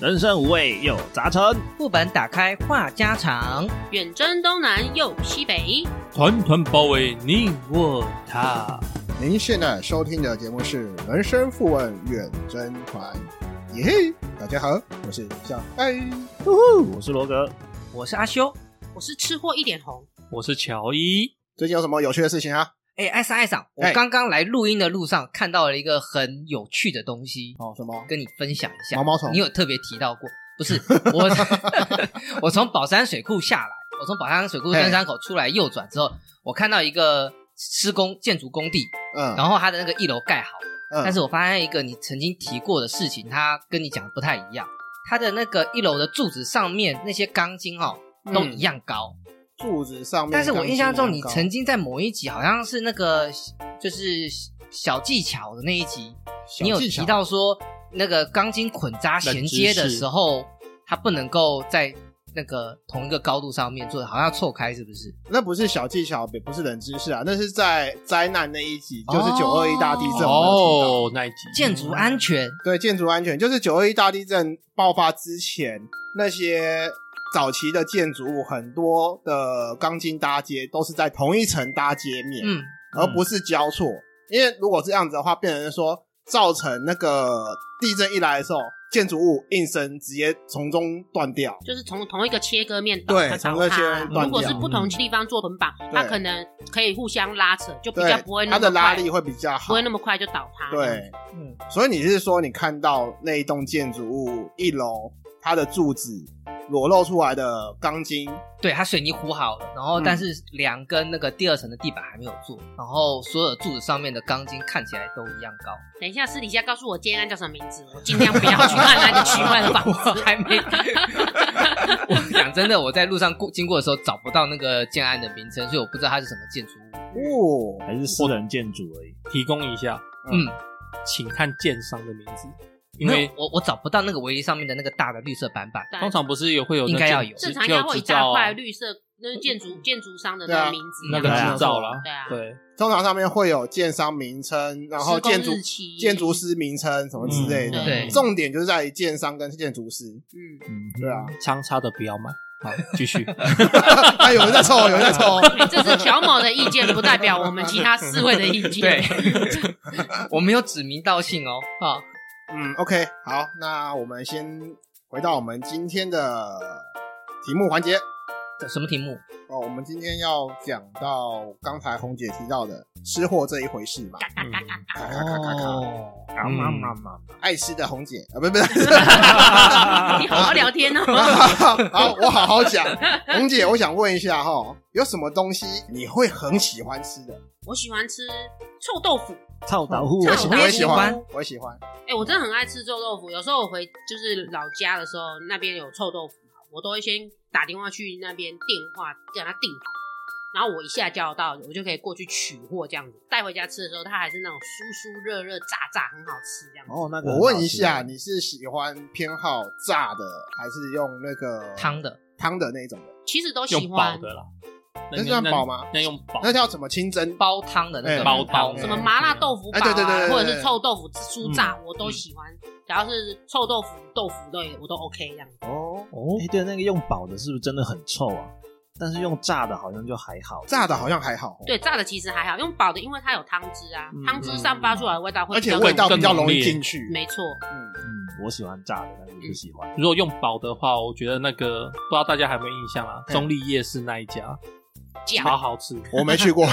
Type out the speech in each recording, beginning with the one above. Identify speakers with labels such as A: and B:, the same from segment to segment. A: 人生五味又杂陈，
B: 副本打开话家常，
C: 远征东南又西北，
D: 团团包围你我他。
E: 您现在收听的节目是《人生富问远征团》，耶嘿！大家好，我是小爱。
A: 我是罗格。
B: 我是阿修。
C: 我是吃货一点红，
D: 我是乔伊，
E: 最近有什么有趣的事情啊？
B: 哎，艾莎艾莎，我
E: 哎
B: 刚刚来录音的路上看到了一个很有趣的东西，
E: 哦，什么？
B: 跟你分享一下。
E: 毛毛虫
B: 你有特别提到过？不是 我，我从宝山水库下来，我从宝山水库
E: 嘿
B: 登山口出来右转之后，我看到一个施工建筑工地，
E: 嗯，
B: 然后它的那个一楼盖好了，
E: 嗯
B: 但是我发现一个你曾经提过的事情，它跟你讲的不太一样。它的那个一楼的柱子上面那些钢筋哈、哦、
E: 嗯
B: 都一样高，
E: 柱子上面。
B: 但是我印象中，你曾经在某一集好像是那个就是小技巧的那一集，你有提到说那个钢筋捆扎衔接的时候，它不能够在那个同一个高度上面做，好像要错开，是不是？
E: 那不是小技巧，也不是冷知识啊，那是在灾难那一集，就是
B: 哦
E: 九二一大地震。哦，
D: 哦，那一集
B: 建筑安全，
E: 对，建筑安全就是九二一大地震爆发之前那些。早期的建筑物很多的钢筋搭接都是在同一层搭接面，
B: 嗯，
E: 而不是交错。因为如果这样子的话，变成是说造成那个地震一来的时候，建筑物应声直接从中断掉。
C: 就是从同一个切割面倒
E: 对
C: 它倒
E: 从一个切割面
C: 塌
E: 断
C: 如果
E: 掉
C: 是不同地方做捆绑，它
E: 对
C: 可能可以互相拉扯，就比
E: 对
C: 较不会，那
E: 它
C: 么
E: 的
C: 快
E: 拉力会比较好
C: 不会。那么快就倒塌。，
E: 对，
B: 嗯，
E: 所以你是说你看到那一栋建筑物一楼它的柱子裸露出来的钢筋，
B: 对，它水泥糊好了，然后但是梁跟那个第二层的地板还没有做，然后所有柱子上面的钢筋看起来都一样高。
C: 等一下私底下告诉我今天案叫什么名字，我尽量不要去看那个奇怪的 房
B: 我
C: 子。
B: 还没。 我讲真的，我在路上过经过的时候找不到那个建安的名称，所以我不知道它是什么建筑物。
E: 哦，
A: 还是私人建筑而已。
D: 提供一下，
B: 嗯，
D: 请看建商的名字，因
B: 没
D: 为
B: 有，我我找不到那个围篱上面的那个大的绿色板板。
C: 对
D: 通常不是有会有那
B: 应该要
D: 建
B: 有
D: 只
C: 正常应该
D: 只有
C: 会有一
D: 执照
C: 大
D: 啊
C: 块绿色，那是建筑建筑商的那
E: 对啊
C: 个名字
D: 那
C: 样
D: 个
C: 子，
E: 对啊
D: 执照啦，
C: 对啊，
D: 对，
E: 通常上面会有建商名称，然后
C: 施工
E: 建筑
C: 日期
E: 建筑，师名称什么之类的。
C: 嗯
B: 对
E: 重点就是在于建商跟建筑师。
C: 嗯，
A: 嗯，
E: 对啊，
D: 相差的不要买。好，继续。
E: 啊，有人在抽，有人在抽。
C: 对哎这是乔某的意见，不代表我们其他四位的意 见。
B: 对，我没有指名道姓哦。啊，
E: 嗯，OK，好，那我们先回到我们今天的题目环节
B: 这什么题目？
E: 哦。我们今天要讲到刚才红姐提到的吃货这一回事嘛，
D: 嗯
E: 咔咔咔咔咔，
B: 哦，
D: 嗯
E: 爱吃的红姐啊，不不，
C: 你好好聊天哦。
E: 好，我好好讲。红姐，我想问一下哈，有什么东西你会很喜欢吃的？
C: 我喜欢吃臭豆腐，
A: 臭豆腐
C: 臭
E: 我
C: 豆
E: 喜
C: 腐
E: 我也
B: 喜
E: 喜
B: 欢
E: 欢，我也喜欢。
C: 哎、我真的很爱吃臭豆腐。有时候我回就是老家的时候，那边有臭豆腐嘛，我都会先打电话去那边电话给他订好，然后我一下叫到，我就可以过去取货这样子。带回家吃的时候，它还是那种酥酥热热、炸炸，很好吃这样子。
A: 哦，那个
E: 我问一下，你是喜欢偏好炸的，还是用那个
B: 汤的
E: 汤的那种的？
C: 其实都喜
D: 用饱
C: 欢
D: 的啦，
E: 那算饱吗？
D: 那用饱，
E: 那叫什么清蒸
B: 煲汤的那
E: 哎
B: 个
D: 煲汤
C: 什么麻辣豆腐堡、啊，
E: 哎对对对对对
C: 或者是臭豆腐
D: 嗯
C: 酥炸，我都喜欢。只要是臭豆腐、豆腐类，我都 OK 这样子。
E: 哦，
A: 哦，哎，对，那个用饱的是不是真的很臭啊？但是用炸的好像就还好。
E: 炸的好像还好哦，
C: 对，炸的其实还好，用饱的，因为它有汤汁啊
D: 嗯，
C: 汤汁散发出来的味道会
E: 而
C: 比
E: 且
C: 较
E: 味道
D: 更
E: 比较容
D: 浓
E: 易
D: 烈
E: 进去。
C: 没错，
E: 嗯，
A: 嗯，我喜欢炸的，但是我不喜欢。
D: 如果用薄的话，我觉得那个不知道大家还有没有印象啊？
E: 嗯
D: 中立夜市那一家
C: 酱
D: 超好吃，
E: 我没 去过。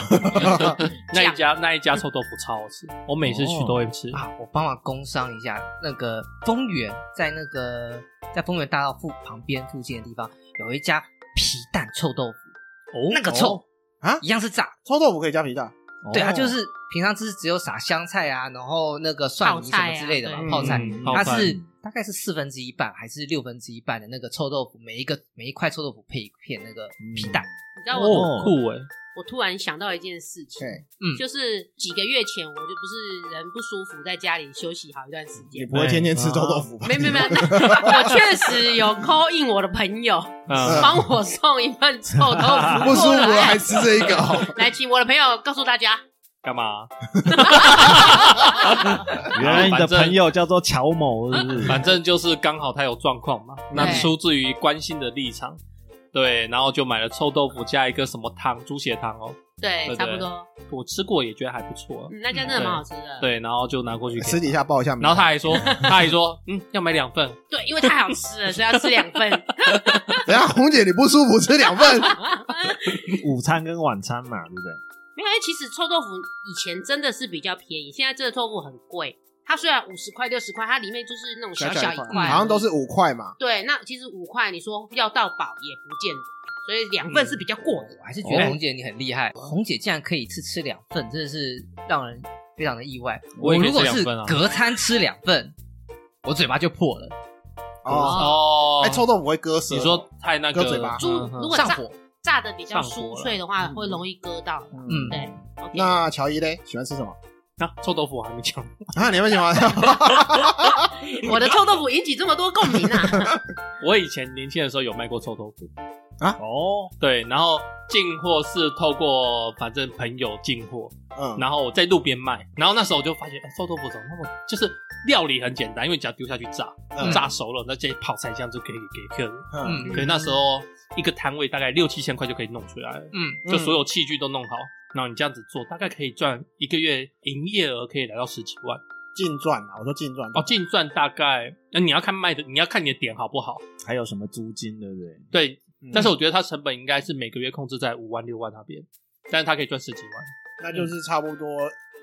D: 那一家那一家臭豆腐超好吃，我每次去都会吃。
B: 啊，我帮忙工商一下，那个丰原在那个在丰原大道附旁边附近的地方有一家皮蛋臭豆腐，
D: 哦
B: 那个臭
E: 啊
B: 一样是炸，
E: 臭豆腐可以加皮蛋，
D: 嗯
B: 对，它就
A: 哦
B: 是平常就是只有撒香菜啊，然后那个蒜泥
C: 泡
B: 什
C: 菜啊
B: 么之类的嘛，
C: 对
B: 泡菜，
D: 嗯
B: 它
D: 泡菜
B: 是大概是四分之一半还是六分之一半的那个臭豆腐，每一个每一块臭豆腐配一片那个
D: 嗯
B: 皮蛋，
C: 你知道我、
D: 哦酷哎，
C: 我突然想到一件事情，
E: 对，
B: 嗯
C: 就是几个月前我就不是人不舒服，在家里休息好一段时
E: 你
C: 间。
E: 不会天天吃臭豆腐吧？
C: 没没没，我确实有 call in 我的朋友，
D: 嗯，
C: 帮我送一份臭豆腐
E: 哎不舒
C: 过
E: 服了
C: 来
E: 还吃这一个哦，
C: 来，请我的朋友告诉大家，
D: 干嘛？
A: 原来你的
D: 反正
A: 朋友叫做乔某，是不 是？
D: 嗯 反正就是刚好他有状况嘛，
E: 嗯
D: 那
B: 对
D: 出自于关心的立场，对，然后就买了臭豆腐加一个什么汤，猪血汤哦，
C: 对，
D: 对
C: 差不多。
D: 我吃过也觉得还不错，啊
C: 嗯，那家真的蛮好吃的。
D: 对，然后就拿过去给
E: 私底下报一下名，
D: 然后他 还说，他还说，嗯，要买两份，
C: 对，因为太好吃了，所以要吃两份。
E: 等一下红姐你不舒服吃两 份，
A: 午餐跟晚餐嘛，对不对？
C: 没有，因为其实臭豆腐以前真的是比较便宜，现在这个臭豆腐很贵。它虽然五十块、六十块，它里面就是那种小
E: 小
C: 一
E: 块，嗯
C: 块，
E: 好像都是五块嘛。
C: 对。那其实五块，你说要到饱也不见得，所以两
E: 嗯
C: 份是比较过的。
B: 我还是觉
D: 哦
B: 得红姐你很厉害，红姐竟然可以一次吃两份，真的是让人非常的意外。
D: 我也可以
B: 如果
D: 吃两
B: 是
D: 份啊
B: 隔餐吃两份，我嘴巴就破了，
E: 哦，
D: 哦，
E: 哎，臭豆腐会割舌，
D: 你说太那个
E: 割嘴巴
C: 猪
D: 嗯嗯
C: 如果
B: 上
C: 炸
B: 火。
C: 炸的比较
D: 上火
C: 酥
D: 了
C: 脆的话，会容易割到。
B: 嗯，
C: 对，OK，
E: 那乔伊嘞喜欢吃什么？
D: 啊，臭豆腐我还没讲，
E: 啊，你们喜 欢？
C: 我的臭豆腐引起这么多共 鸣啊！
D: 我以前年轻的时候有卖过臭豆腐，
A: 哦，
D: 对，然后进货是透过反正朋友进货，
E: 嗯，
D: 然后我在路边卖，然后那时候我就发现，哎，臭豆腐怎么那么就是料理很简单，因为你只要丢下去炸，
E: 嗯
D: 炸熟了，那这些泡菜酱就可以给客人。
E: 嗯
B: 嗯
D: 所以那时候一个摊位大概六七千块就可以弄出来了，
B: 嗯，
D: 就所有器具都弄好，然后你这样子做，大概可以赚一个月营业额可以来到十几万
E: 净赚啊，我说净赚
D: 哦，净赚大概，那你要看卖的，你要看你的点好不好，
A: 还有什么租金，对不对？
D: 对，
E: 嗯
D: 但是我觉得它成本应该是每个月控制在五万六万那边，但是它可以赚十几万，
E: 那就是差不多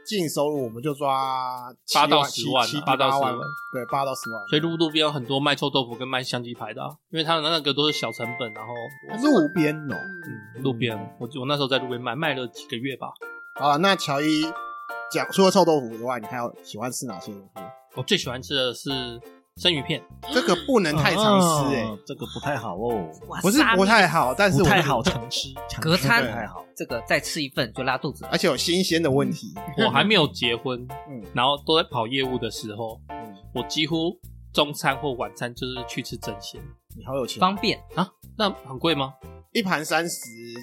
E: 净收入我们就抓七
D: 八到
E: 七
D: 十万啊
E: 七
D: 八到
E: 八
D: 十
E: 万
D: 万，
E: 对，八到十万。
D: 所以路路边有很多卖臭豆腐跟卖香鸡排的、啊，因为它的那个都是小成本，然后
E: 路边哦，
D: 嗯路边，我我那时候在路边卖，卖了几个月吧。
E: 好了，那乔伊讲除了臭豆腐以外，你还有喜欢吃哪些东西？
D: 我最喜欢吃的是生鱼片，
E: 这个不能太常吃哎、
A: 哦这个不太好哦，
C: 哇
E: 不是
C: 沙
E: 不
C: 米
E: 太好，但是
A: 不
E: 我
A: 太好常 吃，常吃
B: 隔餐
A: 不太好。
B: 这个再吃一份就拉肚子了
E: 而。且有新鲜的问题。
D: 我还没有结婚，
E: 嗯
D: 然后都在跑业务的时候，
E: 嗯
D: 我几乎中餐或晚餐就是去吃整鲜。
E: 你好有钱，
B: 方便，
D: 那很贵吗？
E: 一盘三十，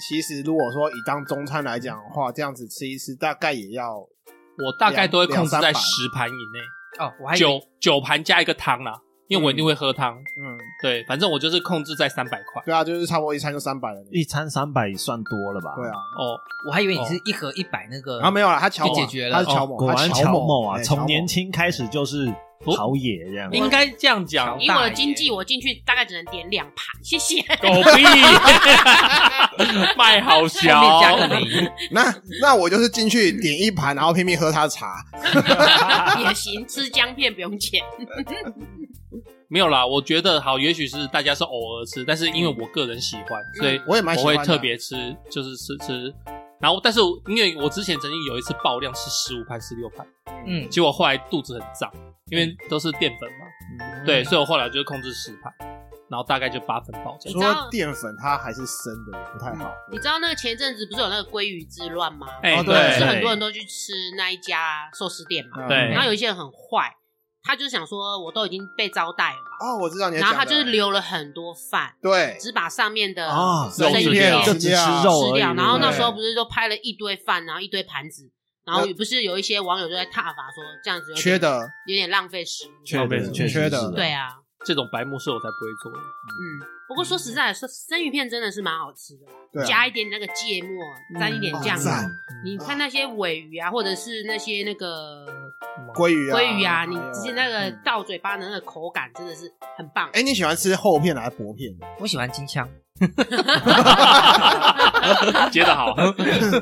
E: 其实如果说以当中餐来讲的话，这样子吃一次大概也要
D: 我大概都会控制在
E: 两两三百
D: 十盘以内，
B: 哦，我还以为
D: 九九盘加一个汤啦，因为我一定会喝汤。
E: 嗯，
D: 对，反正我就是控制在三百块。
E: 对啊，就是差不多一餐就三百了。
A: 一餐三百算多了吧？
E: 对啊，，
D: 哦，
B: 我还以为你是一盒一百那个，
D: 啊
E: 然后啊没有了，他乔某
B: 就解决了
E: 他是乔某，
A: 果然
E: 他
A: 乔
E: 某
A: 某啊，
E: 哎
A: 从
E: 乔
A: 年
E: 某哎哦
A: 轻开始就是
D: 不
A: 陶冶这样。
D: 应该这样讲，
C: 以我的经济，我进去大概只能点两盘，谢 谢。
D: 狗 屁，卖好小
B: 后面加个零，
E: 那那我就是进去点一盘，然后拼命喝他的茶。
C: 也行，吃姜片不用钱。
D: 没有啦，我觉得好，也许是大家是偶尔吃，但是因为我个人喜欢，所以
E: 我也蛮喜
D: 我
E: 欢
D: 会
E: 的
D: 特别吃，就是吃吃。然后，但是因为我之前曾经有一次爆量吃十五盘、十六盘，
B: 嗯，
D: 结果后来肚子很胀，因为都是淀粉嘛，对，所以我后来就控制十盘，然后大概就八分饱这
E: 除
D: 样。
E: 了淀粉，它还是生的，也不太好。
C: 你知道那个前阵子不是有那个鲑鱼之乱吗？
D: 哎、
E: 哦对
C: 是
D: 对，
C: 很多人都去吃那一家寿司店嘛。
E: 嗯
D: 对
C: 然后有一些人很坏，他就想说我都已经被招待了嘛，
E: 哦，我知道你在
C: 然
E: 讲
C: 后
E: 的。
C: 他就是留了很多饭，
E: 对
C: 只把上面的
A: 啊，
E: 生
C: 鱼
D: 肉
C: 片
D: 片
A: 就
E: 吃
A: 只
E: 掉
A: 吃肉
C: 吃
A: 而已。
C: 掉。然后那
E: 对
C: 时候不是都拍了一堆饭，然后一堆盘子。然后
E: 那
C: 不是有一些网友就在挞伐说这样子有点
E: 缺，的，
C: 有点浪费食物。
A: 确
D: 确
A: 实
D: 实
A: 确实
E: 哦缺的
A: 是
C: 对啊，
D: 这种白目事我才不会做。
C: 嗯。不过说实在的，说生鱼片真的是蛮好吃的，
E: 对啊
C: 加一点那个芥末，沾一点
E: 哦
C: 酱油，
E: 赞
C: 你看那些尾鱼啊，或者是那些那个
E: 鲑鱼啊，
C: 鲑鱼啊，你
E: 还有
C: 直接那个
E: 嗯
C: 到嘴巴的那个口感真的是很棒。
E: 哎，你喜欢吃厚片还是薄片的？
B: 我喜欢金枪，
D: 接 得好，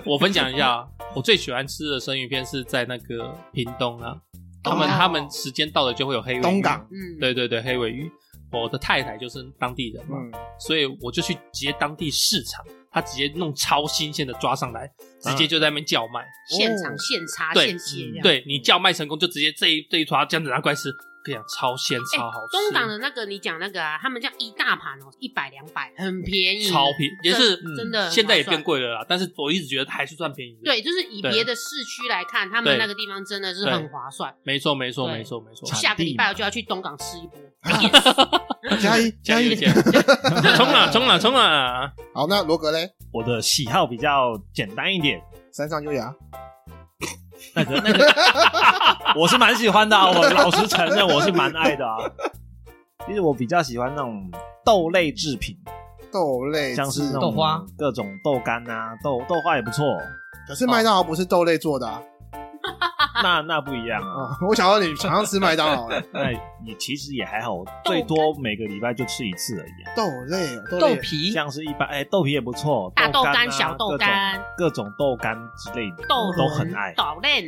D: 我分享一下啊，我最喜欢吃的生鱼片是在那个屏东啊，他们、
E: 哦
D: 他们时间到了就会有黑尾鱼
E: 东港，
C: 嗯，
D: 对对对，黑尾鱼。我的太太就是当地人嘛，
E: 嗯，
D: 所以我就去直接当地市场，他直接弄超新鲜的抓上来，
E: 嗯
D: 直接就在那边叫卖。
C: 现场
E: 哦
C: 现插
D: 对
C: 现切这样。
D: 对你叫卖成功，就直接这一这一坨这样子拿过来吃，跟你讲超鲜
C: 哎
D: 超好吃，
C: 东
E: 嗯
C: 港的那个你讲那个啊，他们这样一大盘哦，一百两百，很便宜，
D: 超便宜，也
C: 这
D: 是
C: 嗯真的很
D: 现在也
C: 划算
D: 变贵了啦，但是我一直觉得还是算便宜的。
C: 对，就是以
D: 对
C: 别的市区来看，他们
D: 对
C: 那个地方真的是很划算。
D: 没错没错
C: 对
D: 没错没错，
C: 下个礼拜
A: 嘛
C: 我就要去东港吃一波。
E: 加一
D: 加
E: 加
D: 油
E: 一
D: 加。油冲啊冲啊冲啊！
E: 好，那罗格嘞，
A: 我的喜好比较简单一点，
E: 山上优雅，
A: 那个 那个，我是蛮喜欢的、啊，我老实承认我是蛮爱的啊。其实我比较喜欢那种豆类制品，
E: 豆类
A: 像是那种
B: 豆花、
A: 各种豆干啊，豆豆花也不错。
E: 可是麦当劳不是豆类做的啊！
A: 那那不一样啊，
E: 啊我想到你常常吃麦当劳
A: 那也其实也还好，我最多每个礼拜就吃一次而已啊、
E: 豆类哦，豆
B: 豆
E: 类
B: 皮、
A: 像是一般哎、豆皮也不错，
C: 大
A: 豆
C: 豆
A: 干、啊、
C: 干小
A: 豆
C: 豆干、
A: 各种豆干之类的，
C: 豆
A: 我都很爱。
C: 豆链、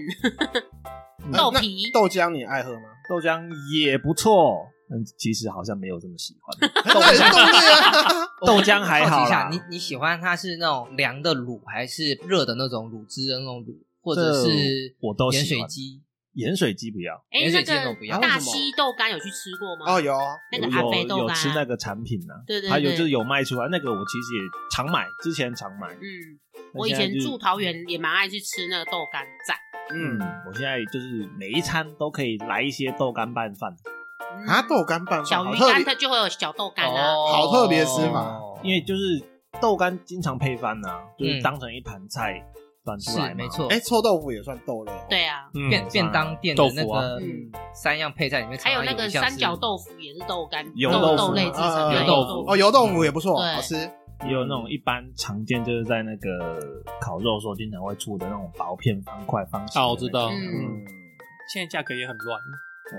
A: 嗯
C: 豆皮、
E: 豆浆你爱喝 吗？
A: 豆浆也不错，但其实好像没有这么喜欢。
E: 豆类啊，
A: 豆浆还好
B: 好奇
A: 啦
B: 一下，你你喜欢它是那种凉的卤，还是热的那种卤汁的那种卤，或者
A: 这
B: 是
A: 我都喜
B: 盐
A: 欢
B: 水鸡？
A: 盐水鸡不要，
C: 哎、
B: 盐
C: 那
B: 水鸡那种不一
C: 个
B: 样
C: 大
E: 为什么
C: 溪豆干有去吃过吗？
E: 哦，有
C: 那
A: 有
C: 个阿肥
A: 有
C: 豆
A: 有
C: 干，
A: 吃那个产品呢、啊，
C: 对对对，
A: 还有就是有卖出来，那个我其实也常买，之前常买。
C: 嗯，
A: 那
C: 我以
A: 现在
C: 前
A: 就是
C: 住桃，园也蛮爱去吃那个豆干仔。
A: 嗯，我现在就是每一餐都可以来一些豆干拌饭，
C: 嗯
E: 啊，豆干拌饭
C: 小
E: 好
C: 鱼
E: 特
C: 干
E: 别
C: 它就会有小豆干啊，
B: 哦，
E: 好特别吃法
A: 因为就是豆干经常配饭呐、啊，就是当成一盘菜端出来
B: 嗯是
A: 嘛
B: 没，错，
E: 哎，臭豆腐也算豆类哦。
C: 对啊，
A: 嗯
B: 便便当店的
D: 豆
B: 那
D: 腐啊
B: 个
E: 嗯，
B: 三样配在里面，
C: 还有那
B: 常常
C: 个
B: 一项
C: 三角
B: 是
C: 豆腐也是豆干
A: 油
C: 豆
A: 豆腐
C: 豆类制成
E: 啊
C: 的
D: 油
C: 豆
D: 豆腐
E: 哦，油豆腐也不错，
C: 对
E: 好吃。
A: 也有那种一般常见就是在那个烤肉的时候经常会出的那种薄片方块方形的那
D: 啊，
A: 种。
D: 我知道，
C: 嗯
E: 嗯，
D: 现在价格也很乱。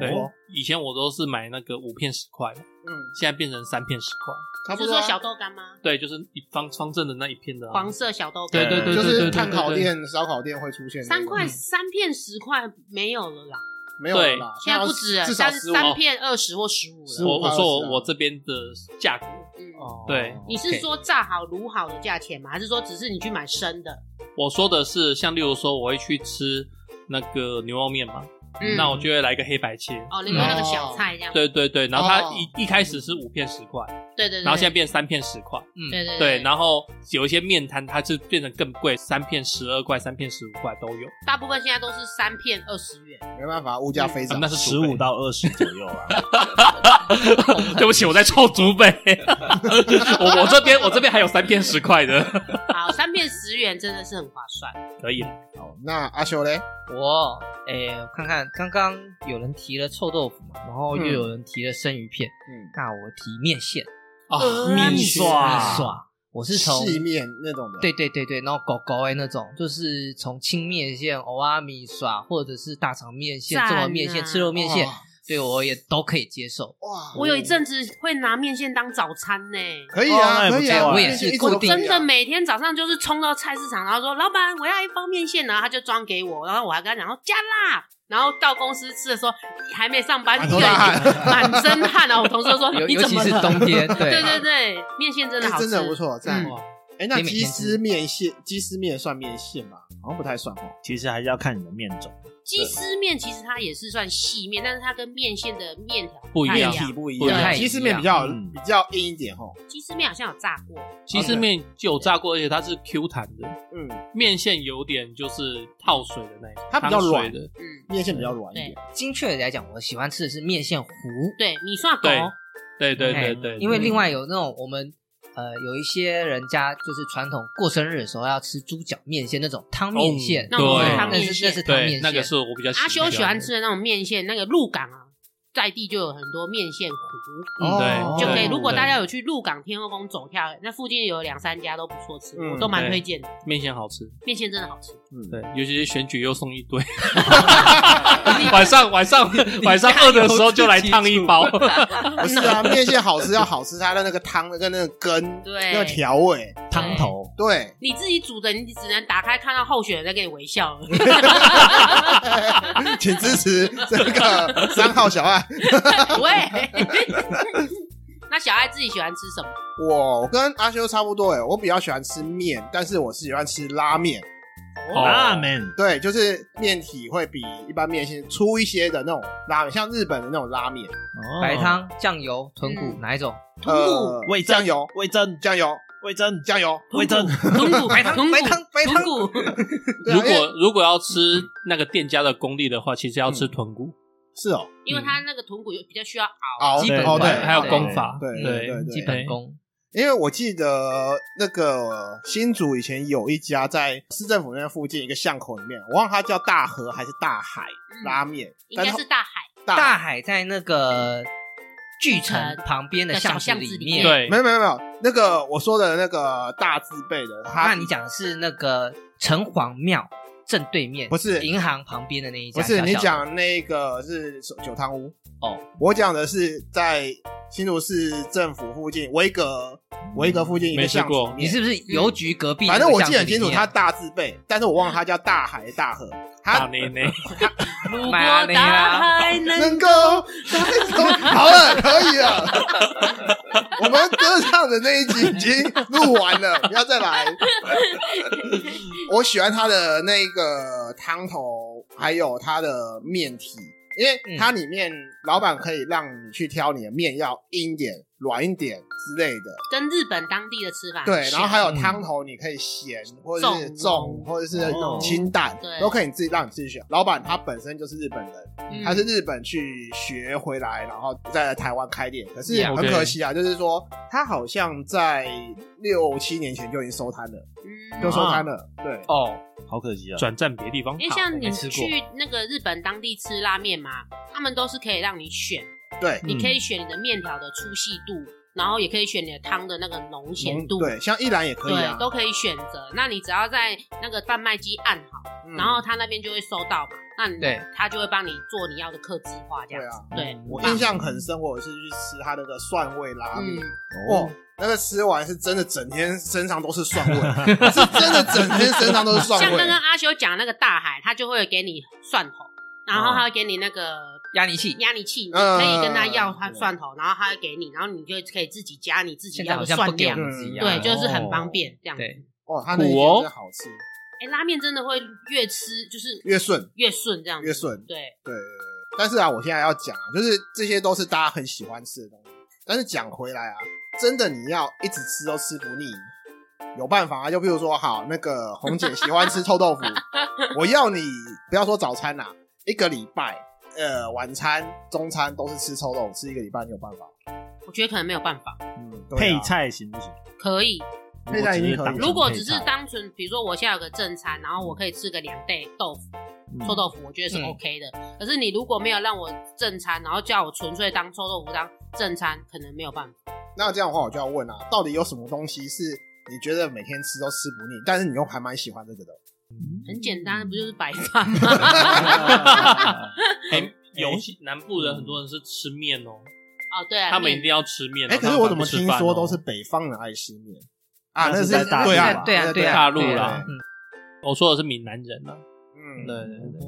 D: 对
A: 哦，
D: 以前我都是买那个五片十块，
E: 嗯，
D: 现在变成三片十块。
E: 差不
C: 是
E: 多
C: 说
E: 啊。
C: 小豆干吗？
D: 对，就是一方方正的那一片的啊
C: 黄色小豆
D: 嗯对
C: 干，
D: 对对，
E: 就
D: 对
E: 是
D: 对对
E: 碳烤
D: 对对
E: 店、烧烤店会出现的
C: 三块
E: 嗯
C: 三片十块没有了啦，
E: 没有了啦，
C: 现在不止了，
E: 至少
C: 三
E: 十五哦
C: 三片二十或十五
E: 15
C: 了。
D: 我我说
E: 15
D: 我我这边的价格，
C: 嗯，
B: 哦
D: 对
C: 你是说炸好卤好的价钱吗？还是说只是你去买生的？
D: 我说的是，像例如说，我会去吃那个牛肉面嘛，
C: 嗯，
D: 那我就会来个黑白切。
C: 哦，你说那个小菜这样，
D: 对对对，然后它
E: 哦
D: 一一开始是五片十块，
C: 对对对，
D: 然后现在变三片十块，嗯
C: 对对
D: 对，
C: 后
D: 然后有一些面摊它是变成更贵，三片十二块、三片十五块都有，
C: 大部分现在都是三片二十元，
E: 没办法，物价飞
D: 啊
E: 涨
D: 那。是
A: 十
D: 竹北
A: 五。到二十左右啊，
D: 对不起，我在臭竹北， 我我这边我这边还有三片十块的，
C: 好，三片十元真的是很划算。
D: 可以。
E: 好，那阿修嘞？嗯
B: 我哎，我看看刚刚有人提了臭豆腐嘛，然后又
E: 嗯
B: 有人提了生鱼片，
E: 嗯，
B: 那我提面线
D: 啊，
A: 面
B: 嗯面
A: 刷
B: 耍，我是从
E: 细面那种的。
B: 对对对对，然后狗狗哎那种，就是从清面线、欧阿米耍，或者是大肠面线、
C: 赞
B: 中文面线、
C: 啊
B: 赤肉面线
E: 哇，
B: 对我也都可以接 受。
E: 哇，
C: 我有一阵子会拿面线当早餐呢、
E: 可以啊，
A: 哦那也不
E: 可以啊，
A: 错啊
B: 我也是
E: 一直都
B: 固
E: 可以
B: 定
E: 啊
C: 哦真的每天早上就是冲到菜市场，然后说老板我要一包面线，然后他就装给我，然后我还跟他讲说加辣，然后到公司吃的时候还没上班，
E: 满
C: 一
E: 头
C: 个
E: 大汗
C: 人满身汗啊，我同事都说
B: 尤
C: 你
B: 尤
C: 怎
B: 其
C: 么
B: 是
C: 了？
B: 冬 天，对啊嗯
C: 对对对，面线 真的
E: 这
C: 好吃，
E: 真的不错，赞
C: 嗯。
E: 哎，那
B: 可以每
E: 鸡
B: 天
E: 丝面线，鸡丝面算面线吗？好像不太算哦。
A: 其实还是要看你的面种。
C: 鸡丝面其实它也是算细面，但是它跟面线的面条
D: 不一
C: 太
D: 样
E: 体不一
D: 不一
E: 样，
D: 样
E: 鸡丝面比较
A: 嗯
E: 比较硬一点哦。
C: 鸡丝面好像有炸过，
D: 西式面就有炸过，而且它是 Q 弹的，
E: 嗯，
D: 面线有点就是泡水的那一种，
E: 它比较
D: 汤水
E: 软
D: 的，
C: 嗯，
E: 面线比较软一点。哦
B: 精确的来讲，我喜欢吃的是面线糊，
C: 对，米蒜狗，
D: 对对对对
B: 哎
D: 对，
B: 因为
D: 对
B: 另外有那种我们呃有一些人家就是传统过生日的时候要吃猪脚面线那种汤面线，
C: 那种
D: 哦对
C: 是汤
B: 那
C: 面
B: 是那是
C: 线，
B: 汤面
D: 对
B: 线，
D: 那个是我比较
C: 阿修喜欢
D: 的
C: 吃的那种面线，那个鹿港啊，在地就有很多面线糊。
B: 嗯
E: 哦
C: 就可以。
D: 对
C: 如果大家有去鹿港天后宫走跳，那附近有两三家都不错吃，
E: 嗯
C: 我都蛮推荐的。
D: 面线好吃，
C: 面线真的好 吃，
E: 嗯，
D: 对，尤其是选举又送一 堆，晚上晚上晚上饿的时候就来烫一包，哦
E: 不是 啊，面线好吃要好吃它的那个汤跟那个根，
C: 对
E: 那个调味，
B: 哎
A: 汤头
E: 对，
C: 你自己煮的，你只能打开看到候选人在给你微笑 了。
E: 请支持这 个三号小爱。
C: 喂， 那小爱自己喜欢吃什么？
E: 我我跟阿修差不多哎，我比较喜欢吃面，但是我是喜欢吃拉面。
D: 哦
A: 拉
C: 啊
A: 面，
E: 对，就是面体会比一般面线粗一些的那种拉面，像日本的那种拉面，
A: 哦
B: 白、汤、酱油、豚骨
C: 嗯
B: 哪一种？
C: 豚骨，
E: 呃，
A: 味增
E: 酱油、
A: 味增、
E: 酱油、
A: 味增、
E: 酱油。
B: 哦
A: 味 增。
C: 豚骨，
B: 白汤
C: 豚骨
B: 白汤白汤
C: 豚骨，
E: 对啊
D: 如
E: 因为
D: 果如果要吃那个店家的功力的话，其实要吃豚骨，
E: 是哦，
C: 因为它那个豚骨又比较需要熬。
E: 熬
B: 基本
E: 哦
B: 款
E: 对，
D: 还有
B: 对
D: 功法，
E: 对
D: 对
E: 对对
B: 基本功
E: 因为我记得那个新竹以前有一家在市政府那附近一个巷口里面，我忘了它叫大河还是大海
B: 嗯
E: 拉面，
C: 嗯应
E: 但
C: 该
E: 它
C: 是大海
B: 大
E: 大
B: 海在那个巨城旁边的巷子里面。
D: 对，
E: 没有没有没有那个我说的那个大字辈的，
B: 那
E: 它
B: 你讲的是那个城隍庙正对面，
E: 不是
B: 银行旁边的那一家
E: 不
B: 小小
E: 是
B: 的？
E: 你讲那个是酒汤屋
B: 哦，
E: 我讲的是在新竹市政府附近维格维格附近一个
D: 没吃
E: 巷子
D: 过
B: 嗯
E: 里
B: 你
E: 面，
B: 是不是邮局隔壁？
E: 反正我记得很清楚，它大字辈，但是我忘了它叫大海大河，
D: 大
E: 它
D: 内内，
C: 如果
B: 买啊你啊
C: 大海 能
E: 能够好了，可以了。我们歌唱的那一集已经录 完了，不要再来。我喜欢它的那个汤头，还有它的面体，
C: 嗯
E: 因为它里面老板可以让你去挑你的面要硬一点、软一点之类的。
C: 跟日本当地的吃法
E: 对，然后还
C: 有
E: 有汤头，你可以咸或者是
C: 啊嗯重
E: 重，或者是那种
A: 哦
E: 清淡，
C: 对
E: 都可以你自己让你自己选。老板他本身就是日本人，
C: 嗯
E: 他是日本去学回来，然后再来台湾开店。可是
D: Yeah.
E: 很可惜啊，就是说他好像在六七年前就已经收摊了，
C: 嗯
E: 就收摊了。
C: 啊
E: 对，
B: 哦，
A: 好可惜啊！
D: 转战别地方。
C: 因为像你
D: 没吃过哎
C: 去那个日本当地吃拉面嘛，他们都是可以让你选，
E: 对，
C: 你可以选你的面条的粗细度，然后也可以选你的汤的那个浓咸度，
E: 对，像一兰也可以啊
C: 对，。都可以选择。那你只要在那个贩卖机按好，
E: 嗯
C: 然后他那边就会收到嘛，那你
B: 对
C: 他就会帮你做你要的客制化这
E: 啊
C: 样子。对，
E: 我印象很深，我有一次去吃他那个蒜味拉面，
C: 嗯，
E: 哦，那个吃完是真的整天身上都是蒜 味，是真的整天身上都是蒜
C: 像
E: 味。
C: 刚刚阿修讲那个大海，他就会给你蒜头，然
E: 啊
C: 后他会给你那个
B: 压力器，
C: 压力器，你
E: 嗯
C: 可以跟他要他蒜头，然后他会给你，然后你就可以自己加你自己
B: 现在
C: 要
B: 好
C: 的
B: 像不
C: 蒜
B: 给我
C: 量。
B: 们自己压
C: 对，
B: 了。哦
C: 就是很方便这样子。
B: 对
E: 哦，他那一
D: 苦
E: 间
D: 哦
E: 真的好吃，
C: 哎，拉面真的会越吃就是
E: 越顺
C: 越顺这样子，
E: 越顺。
C: 对，
E: 对，但是啊，我现在要讲啊，就是这些都是大家很喜欢吃的东西。但是讲回来啊，真的你要一直吃都吃不腻，有办法啊。就比如说，好，那个红姐喜欢吃臭豆腐，我要你不要说早餐啦、一个礼拜，呃，晚餐、中餐都是吃臭豆腐，吃一个礼拜，你有办法？
C: 我觉得可能没有办法。
E: 嗯，对啊
A: 配，菜行不行？
C: 可以，
E: 配菜一定可以
A: 当成
C: 如果只是
A: 配菜啊
C: 单纯，比如说我现在有个正餐，然后我可以吃个两袋豆腐、臭豆腐，我觉得是
B: 嗯
C: OK 的。可是你如果没有让我正餐，然后叫我纯粹当臭豆腐当正餐，可能没有办法。
E: 那这样的话，我就要问啊，到底有什么东西是你觉得每天吃都吃不腻，但是你又还蛮喜欢这个的？
C: 很简单，不就是白饭 吗？
D: 哎，尤其南部人很多人是吃面哦，
C: 哦，对啊，
D: 他们一定
C: 面
D: 要吃面哦。
E: 哎、可
D: 他
E: 是
D: 们
E: 我怎么
D: 不吃
E: 听
D: 饭
E: 说
D: 哦
E: 都是北方人爱吃面啊？
A: 那
E: 那
A: 是
E: 是
A: 在大
E: 对
A: 陆
E: 啊，
A: 吧
B: 对啊
E: 对
B: 对啊，
D: 大陆
B: 对
D: 啦
B: 啊，
D: 我说的是闽南人啊。
E: 嗯，
D: 对对对，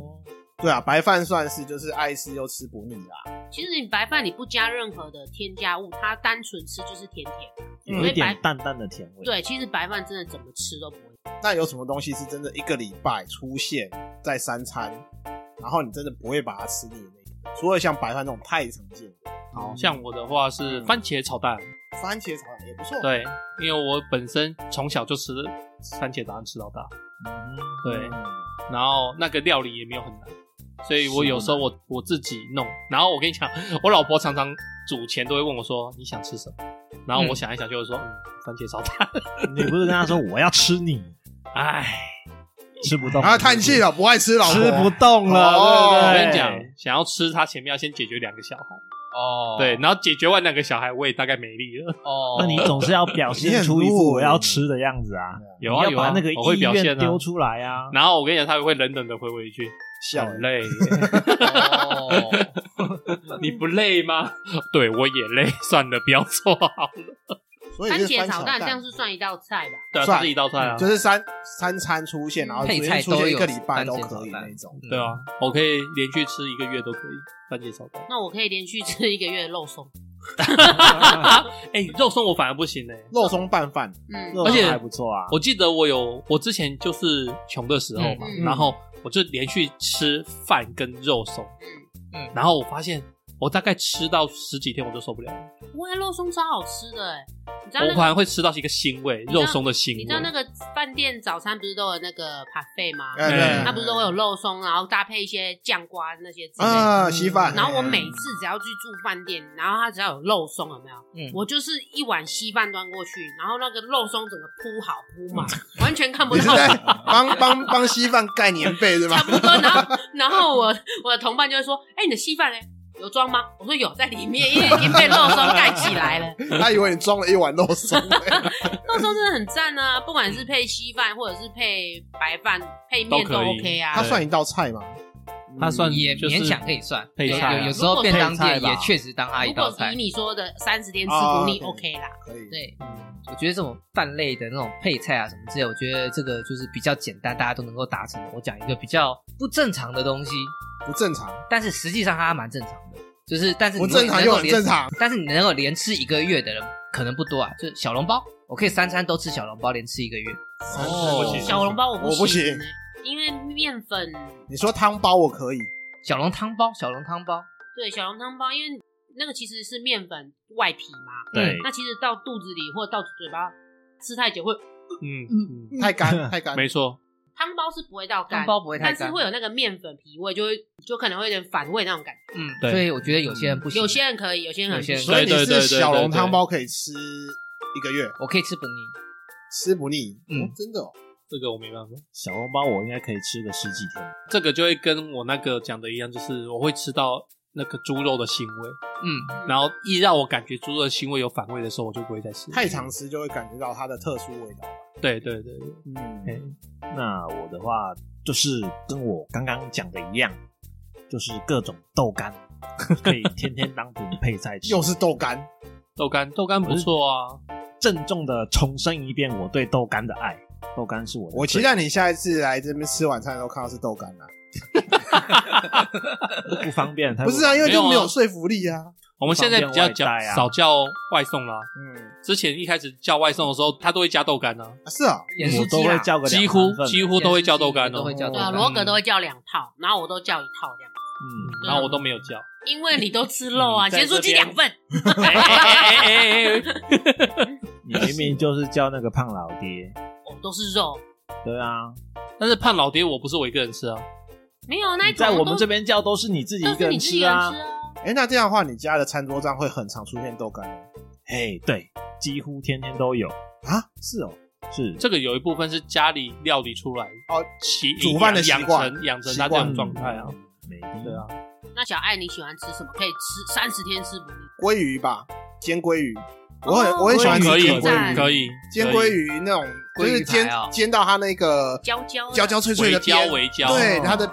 E: 对啊，白饭算是就是爱吃又吃不腻啦。
C: 其实你白饭你不加任何的添加物，它单纯吃就是甜甜的。
D: 嗯
A: 有一点淡淡的甜味。，
C: 对，其实白饭真的怎么吃都不会。
E: 那有什么东西是真的一个礼拜出现在三餐，然后你真的不会把它吃腻的那个？除了像白饭这种太常见的，
D: 好像我的话是
E: 哦嗯
D: 番茄炒蛋，
E: 番茄炒蛋也不错。，
D: 对，因为我本身从小就吃番茄炒蛋吃到大，
A: 嗯
D: 对，
E: 嗯
D: 然后那个料理也没有很难，所以我有时候我我自己弄，然后我跟你讲，我老婆常常煮前都会问我说你想吃什么，然后我
B: 嗯
D: 想一想就会说、嗯、番茄炒 蛋，
A: 哦你不是跟他说我要吃你，
D: 哎，
A: 吃不动
E: 然后啊叹气，了，不爱吃老婆
A: 吃不动了，
E: 哦
A: 对不
D: 我
A: 对哎
D: 跟你讲，想要吃它前面要先解决两个小孩，
B: 哦，
D: 对，然后解决完两个小孩我也大概没力 了，
B: 哦，
A: 那你总是要表 现出一副我
E: 欸
A: 要吃的样子啊，
D: 有啊
A: 你
D: 有
A: 要把
D: 啊，
A: 那个
D: 我会
A: 意
D: 表现
A: 愿
D: 啊
A: 丢。出来啊。
D: 然后我跟你讲，他也会冷冷的回我一句：“
E: 笑
D: 很
E: 了。
D: 累耶，
B: 哦，
D: 你不累吗？”对我也累，算了，不要做好了。
E: 所以
C: 番
E: 就是
C: 茄炒
E: 蛋
C: 蛋这样是算一道菜吧？
D: 对啊，
E: 算
D: 这是一道菜啊，
E: 就是三三餐出现，然后
B: 配菜
E: 出
B: 都
E: 现一
B: 有
E: 个礼拜都
B: 番茄
E: 可以
B: 炒蛋
E: 那种。
D: 对啊，我可以连续吃一个月都可以番茄炒蛋。
C: 那我可以连续吃一个月的肉松。
D: 哎，肉松我反而不行哎。
E: 肉松拌饭，
C: 嗯，
A: 肉
D: 而且
A: 还不错啊，
D: 我记得我有，我之前就是穷的时候嘛
C: 嗯嗯，
D: 然后我就连续吃饭跟肉松
C: 嗯，
D: 然后我发现我大概吃到十几天我就受不了了，
C: 我也肉松超好吃的哎、你知道
D: 我
C: 那
D: 反而
C: 个？
D: 会吃到一个腥味，
C: 知道
D: 肉松的腥
C: 你知道那
D: 味。
C: 个饭店早餐不是都有那个 buffet 吗？
E: 哎
D: 对
E: 对，
C: 它不是都会有肉松，然后搭配一些酱瓜那些之类的。
E: 啊稀饭，
C: 然后我每次只要去住饭店，然后它只要有肉松，有没有？
B: 嗯
C: 我就是一碗稀饭端过去，然后那个肉松整个铺好铺满，完全 看不
E: 你 是
C: 到。
E: 在帮帮帮稀饭盖棉被是
C: 差
E: 吧？
C: 不多。然后，然后我我的同伴就会说：“哎、你的稀饭呢？有装吗？”我说：“有，在里 面，因为已经被肉松盖起来了。
E: 他以为你装了一碗肉松，
C: 肉松真的很赞啊，不管是配稀饭，或者是配白饭、配面
D: 都
C: 都
D: 可以
C: OK
E: 它
C: 啊。
E: 算一道菜吗？
D: 它算
B: 嗯也
D: 就是
B: 勉强可以算。
D: 配
B: 有
D: 菜啊
B: 有有时候便当
A: 如
B: 店
A: 果
B: 也确实当它一
C: 如
B: 道
C: 果
B: 菜
C: 以。你说的三十天吃
E: 哦
C: 不腻
E: 对
C: OK 啦，
E: 可以，
B: 对，我觉得这种饭类的那种配菜啊什么之类，我觉得这个就是比较简单，大家都能够达成的。我讲一个比较不正常的东西，
E: 不正常，
B: 但是实际上它蛮正常的，就是但是你
E: 不正常又
B: 能
E: 很
B: 够连
E: 正常，
B: 但是你能够连吃一个月的人可能不多啊，就是小笼包，我可以三餐都吃小笼包，连吃一个月。
D: 哦
E: 三十
C: 小笼包我
E: 我不
C: 行欸
E: 行，
C: 因为面粉
E: 你说汤包我可以，
B: 小笼汤包，小笼汤包，
C: 对小笼汤包，因为那个其实是面粉外皮嘛，
E: 嗯
A: 对，
C: 那其实到肚子里或到嘴巴吃太久会
D: 嗯嗯，
E: 太干太干，
D: 没错，
C: 汤包是不会到干
B: 汤，包不会太
C: 但
B: 干，
C: 是会有那个面粉皮味，就会就可能会有点反胃那种感觉。
B: 嗯，
D: 对
B: 所以我觉得有些人不行，
C: 有些人可以，有些人很
B: 有些人
E: 所以
D: 对
E: 你
D: 对对
E: 是
D: 对对
E: 小笼
D: 对
E: 汤包可以吃一个月，
B: 我可以吃不腻，
E: 吃不腻，
B: 嗯
E: 哦真的哦，
D: 这个我没办法。
A: 小笼包我应该可以吃个十几天。
D: 这个就会跟我那个讲的一样，就是我会吃到那个猪肉的腥味，
B: 嗯，
D: 然后一让我感觉猪肉的腥味有反胃的时候，我就不会再吃。
E: 太常吃就会感觉到它的特殊味道，
D: 对对对对，
E: 嗯，
D: 哎
A: 那我的话就是跟我刚刚讲的一样，就是各种豆干，可以天天当成配菜吃。
E: 又是豆干，
D: 豆干豆干不错啊，
E: 嗯
A: 郑重的重申一遍我对豆干的爱，豆干是我的。
E: 我期待你下一次来这边吃晚餐的时候看到是豆干啊，
A: 不方 便，太
E: 不是啊，因为
D: 没有
E: 就
D: 啊
E: 没有说服力啊，
D: 我们现在比较
A: 方便
D: 讲
A: 外带啊
D: 少叫外送啦。
E: 嗯，
D: 之前一开始叫外送的时候，他都会加豆干啊，
E: 啊是啊，
B: 盐酥
A: 我都
B: 鸡
A: 会
B: 啦，
A: 叫个
D: 几
A: 两
D: 乎
A: 三份
D: 几乎都会叫豆干
B: 都
D: 哦
B: 会。叫豆
C: 对啊，
B: 干。
C: 罗格都会叫两套，然后我都叫一套这样，
A: 嗯，
D: 然后我都没有叫，
C: 因为你都吃肉啊，
D: 嗯在
C: 咸酥鸡
D: 这边
C: 两份，
D: 哎哎哎哎哎
A: 你明明就是叫那个胖老爹，
C: 哦，都是肉，
A: 对啊，
D: 但是胖老爹我不是我一个人吃啊，
C: 没有那
A: 你
C: 一种
A: 在我们
C: 都
A: 这边叫都是你自己
C: 都
A: 一个
C: 是
A: 人
C: 你自己一
A: 吃
C: 个人
A: 啊
C: 吃，啊。
E: 哎，那这样的话，你家的餐桌上会很常出现豆干吗
A: 嘿，对，几乎天天都有，
E: 啊？是哦，
A: 是
D: 这个有一部分是家里料理出来
E: 哦，
D: 习
E: 煮饭的习
D: 养
E: 惯
D: 成养成
E: 习
D: 他这
E: 惯
D: 种状态啊，，
A: 嗯没哎
D: 对啊，
C: 那小爱你喜欢吃什么？可以吃三十天吃不腻。
E: 鲑鱼吧，煎鲑鱼，我
C: 哦
E: 很我很喜欢吃
D: 可以
E: 煎鲑
C: 赞
E: 鱼，
D: 可以
E: 煎鲑鱼那种就
B: 鲑鱼
E: 是煎
B: 排啊
E: 煎到它那个
C: 焦焦的
E: 焦焦脆脆
D: 微
E: 的
D: 焦
E: 边，
D: 微焦，哦
E: 对它的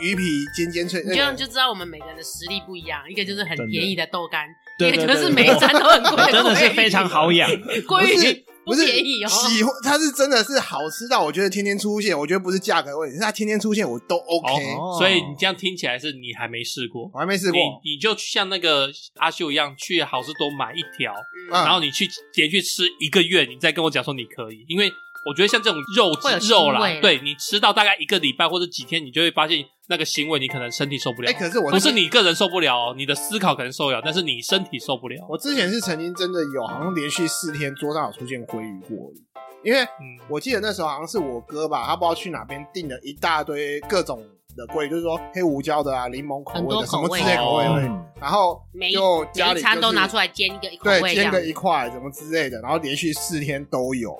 E: 鱼鱼皮尖尖脆，
C: 你
E: 那
C: 这样
E: 个
C: 就知道我们每个人的实力不一样，一个就是很
A: 真的
C: 便宜的豆干，
A: 对
C: 一
A: 对
C: 个
A: 对
C: 就
A: 对
C: 是每一餐都很贵
A: 我
C: 的
A: 真的
C: 鲑
A: 是
C: 鱼
A: 非常好 养，
C: 鲑
E: 不是
C: 鱼
E: 不是
C: 便宜哦。
E: 喜欢，它是真的是好吃到我觉得天天出现，我觉得不是价格问题，是它天天出现我都 OK，
A: 哦
D: 所以你这样听起来是你还没试过
E: 我，还没试过，
D: 你你就像那个阿秀一样去好事多买一条，
A: 啊
E: 嗯
D: 然后你去连续吃一个月，你再跟我讲说你可以，因为我觉得像这种肉
C: 会有腥
D: 肉啦
C: 味啦，
D: 对你吃到大概一个礼拜或者几天，你就会发现那个腥味，你可能身体受不了
E: 哎，。可是我那
D: 不是你个人受不了哦，你的思考可能受不了，但是你身体受不了。
E: 我之前是曾经真的有，好像连续四天桌上有出现鲑鱼过而已，因为
D: 嗯，
E: 我记得那时候好像是我哥吧，他不知道去哪边订了一大堆各种的鲑鱼，就是说黑胡椒的啊、柠檬口味的
C: 很多
E: 什
C: 口
E: 么
C: 味
E: 之类口味的，
D: 哦
A: 嗯
E: 然后
C: 每
E: 就家
C: 每
E: 里
C: 一餐都拿出
E: 来，
C: 来煎一个口
E: 对，
C: 味这
E: 煎
C: 样。
E: 个一块什么之类的，然后连续四天都有。